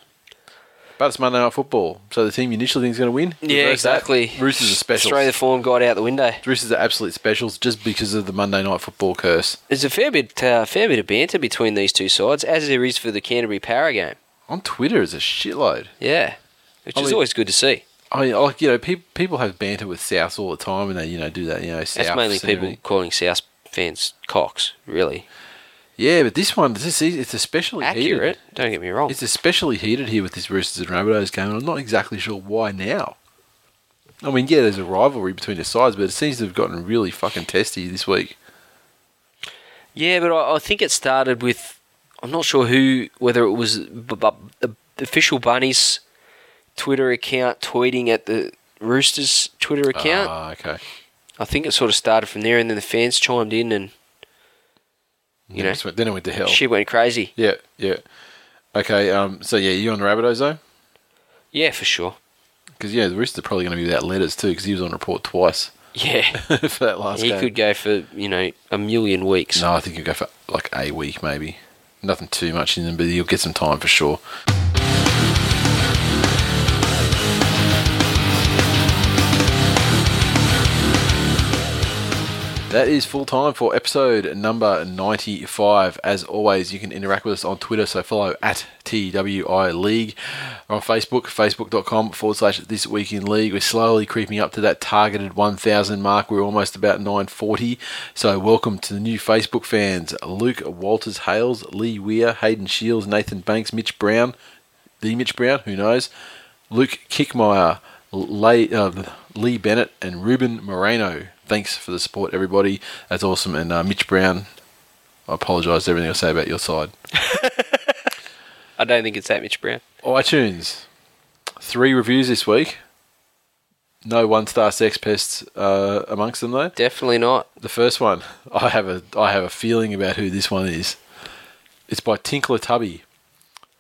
But it's Monday Night Football, so the team you initially think is going to win.
Yeah,
reverse that.
exactly.
Roosters are specials.
Throw the form guide out the window.
Roosters are absolute specials just because of the Monday Night Football curse.
There's a fair bit, uh, fair bit of banter between these two sides, as there is for the Canterbury Power game.
On Twitter, it's a shitload.
Yeah, which
I
is
mean-
always good to see.
I mean, like you know, pe- people have banter with South all the time, and they you know do that. You know, South
That's mainly
scenery.
people calling South fans cocks, really.
Yeah, but this one, this is, it's especially
Accurate,
Heated.
don't get me wrong.
It's especially heated here with this Roosters and Rabbitohs game, and I'm not exactly sure why now. I mean, yeah, there's a rivalry between the sides, but it seems to have gotten really fucking testy this
*laughs*
week.
Yeah, but I, I think it started with I'm not sure who, whether it was b- b- the official Bunnies Twitter account tweeting at the Roosters Twitter account.
Ah, okay.
I think it sort of started from there, and then the fans chimed in, and
You
know.
know, then it went to hell.
shit went crazy.
Yeah, yeah. Okay, um, so yeah, you on the Rabbitohs though?
Yeah, for sure.
Because yeah, the Roosters are probably going to be without letters too, because he was on report twice *laughs*
Yeah,
for that last
he
game.
could go for you know a million weeks.
No, I think he'll go for like a week maybe. Nothing too much in them, but you'll get some time for sure. That is full time for episode number 95. As always, you can interact with us on Twitter, so follow at TWI League. We're on Facebook, facebook.com forward slash This Week in League. We're slowly creeping up to that targeted 1,000 mark. We're almost about 940. So welcome to the new Facebook fans Luke Walters Hales, Lee Weir, Hayden Shields, Nathan Banks, Mitch Brown, the Mitch Brown, who knows, Luke Kickmeyer, Lee, uh, Lee Bennett, and Ruben Moreno. Thanks for the support, everybody. That's awesome. And uh, Mitch Brown, I apologise for everything I say about your side.
I don't think it's that Mitch Brown.
iTunes, three reviews this week. No one star sex pests uh, amongst them, though.
Definitely not.
The first one, I have a I have a feeling about who this one is. It's by Tinkler Tubby.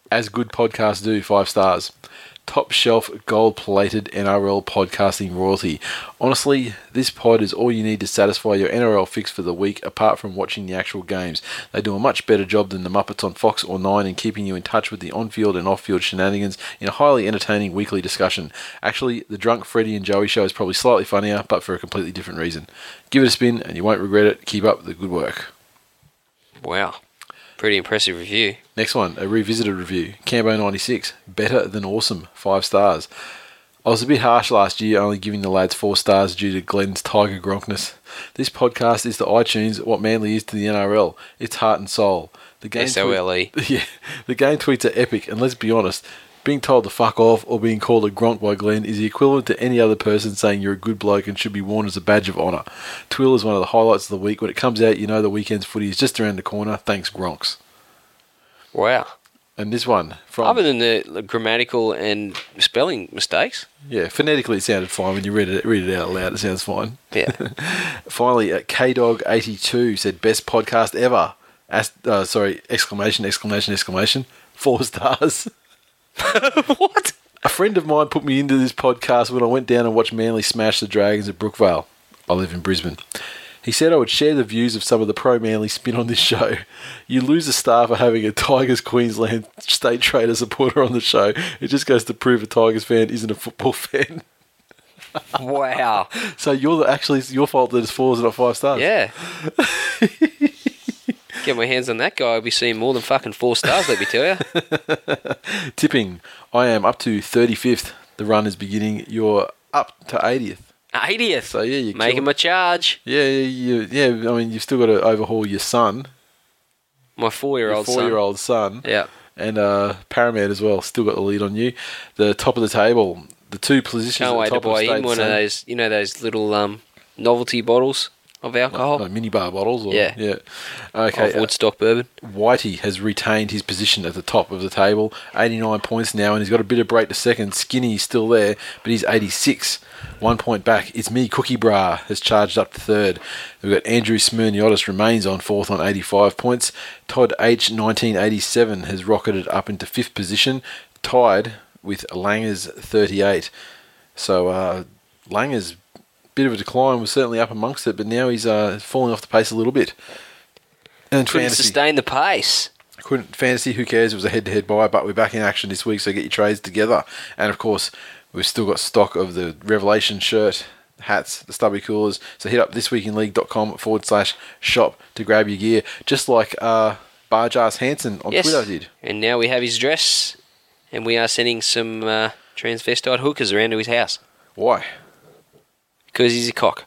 As good podcasts do, five stars. Top shelf gold plated NRL podcasting royalty. Honestly, this pod is all you need to satisfy your NRL fix for the week apart from watching the actual games. They do a much better job than the Muppets on Fox or 9 in keeping you in touch with the on field and off field shenanigans in a highly entertaining weekly discussion. Actually, the Drunk Freddie and Joey show is probably slightly funnier, but for a completely different reason. Give it a spin and you won't regret it. Keep up the good work.
Wow, pretty impressive review.
Next one, a revisited review. Cambo 96, better than awesome, five stars. I was a bit harsh last year, only giving the lads four stars due to Glenn's tiger gronkness. This podcast is to iTunes what Manly is to the NRL. It's heart and soul. The game
SOLE.
*laughs* yeah, the game tweets are epic, and let's be honest, being told to fuck off or being called a gronk by Glenn is the equivalent to any other person saying you're a good bloke and should be worn as a badge of honour. Twill is one of the highlights of the week. When it comes out, you know the weekend's footy is just around the corner. Thanks, Gronks.
Wow.
And this one from
Other than the the grammatical and spelling mistakes.
yeah, phonetically it sounded fine when you read it read it out loud. It sounds fine.
*laughs* Yeah.
*laughs* Finally, uh, KDog eighty two said best podcast ever. As, uh, sorry! Exclamation! Exclamation! Exclamation! Four stars. *laughs*
what?
A friend of mine put me into this podcast when I went down and watched Manly smash the Dragons at Brookvale. I live in Brisbane. He said I would share the views of some of the pro Manly spin on this *laughs* show. You lose a star for having a Tigers Queensland state trader supporter on the show. It just goes to prove a Tigers fan isn't a football *laughs* fan.
Wow.
So you're the, actually it's your fault that it's fours and not five stars.
Yeah. Get my hands on that guy, I'll be seeing more than fucking four stars, let me tell *laughs* you.
Tipping. I am up to thirty fifth. The run is beginning. You're up to eightieth.
80th.
So, yeah, you
Making
killed-
my charge.
Yeah, yeah, yeah, yeah. I mean, you've still got to overhaul your son,
My four year
your
old son.
four year old son.
Yeah.
and uh, Paramount as well. Still got the lead on you. The top of the table, the two positions.
Can't
at
wait
the
to
top of
buy
the
him
state
one of
same-
those, you know, those little um, novelty bottles of alcohol.
like mini bar bottles. Or,
Yeah.
yeah. Oh, Okay. uh,
of Woodstock bourbon.
Whitey has retained his position at the top of the table, 89 points now, and he's got a bit of break to second. Skinny's still there, but he's 86, one point back. It's me, Cookie Bra, has charged up to third. We've got Andrew Smyrniotis remains on fourth on 85 points. Todd H, 1987, has rocketed up into fifth position, tied with Langer's 38. So uh, Langer's bit of a decline was certainly up amongst it, but now he's uh, falling off the pace a little bit. And
Couldn't
fantasy.
sustain the pace.
Couldn't fantasy, who cares? It was a head to head buy, but we're back in action this week, so get your trades together. And of course, we've still got stock of the Revelation shirt, hats, the stubby coolers. So hit up thisweekinleague.com forward slash shop to grab your gear, just like uh, Barjas Hansen on
Yes.
Twitter did.
And now we have his dress, and we are sending some uh, transvestite hookers around to his house
Why?
because he's a cock.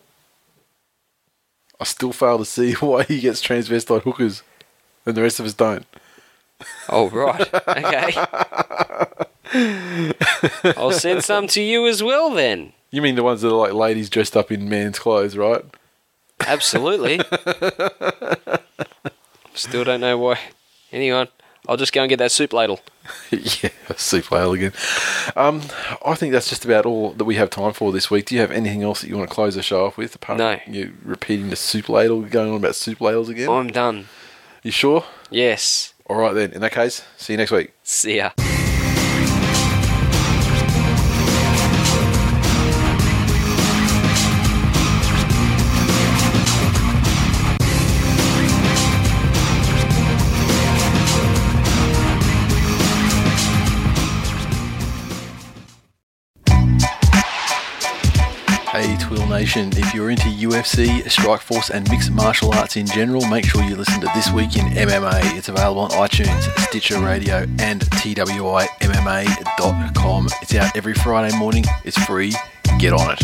*laughs* I still fail to see why he gets transvestite hookers. and the rest of us don't.
Oh, right. Okay. I'll send some to you as well then.
You mean the ones that are like ladies dressed up in men's clothes, right?
Absolutely. Still don't know why. Anyone. I'll just go and get that soup ladle.
*laughs* yeah, sleep well again. Um, I think that's just about all that we have time for this week. Do you have anything else that you want to close the show off with? Apart
No.
From you repeating the soup ladle, going on about soup ladles again.
I'm done.
You sure?
Yes.
All right then. In that case, see you next week.
See ya.
Hey, Twill Nation. If you're into UFC, Strikeforce, and mixed martial arts in general, make sure you listen to This Week in MMA. It's available on iTunes, Stitcher Radio, and TWIMMA.com. It's out every Friday morning. It's free. Get on it.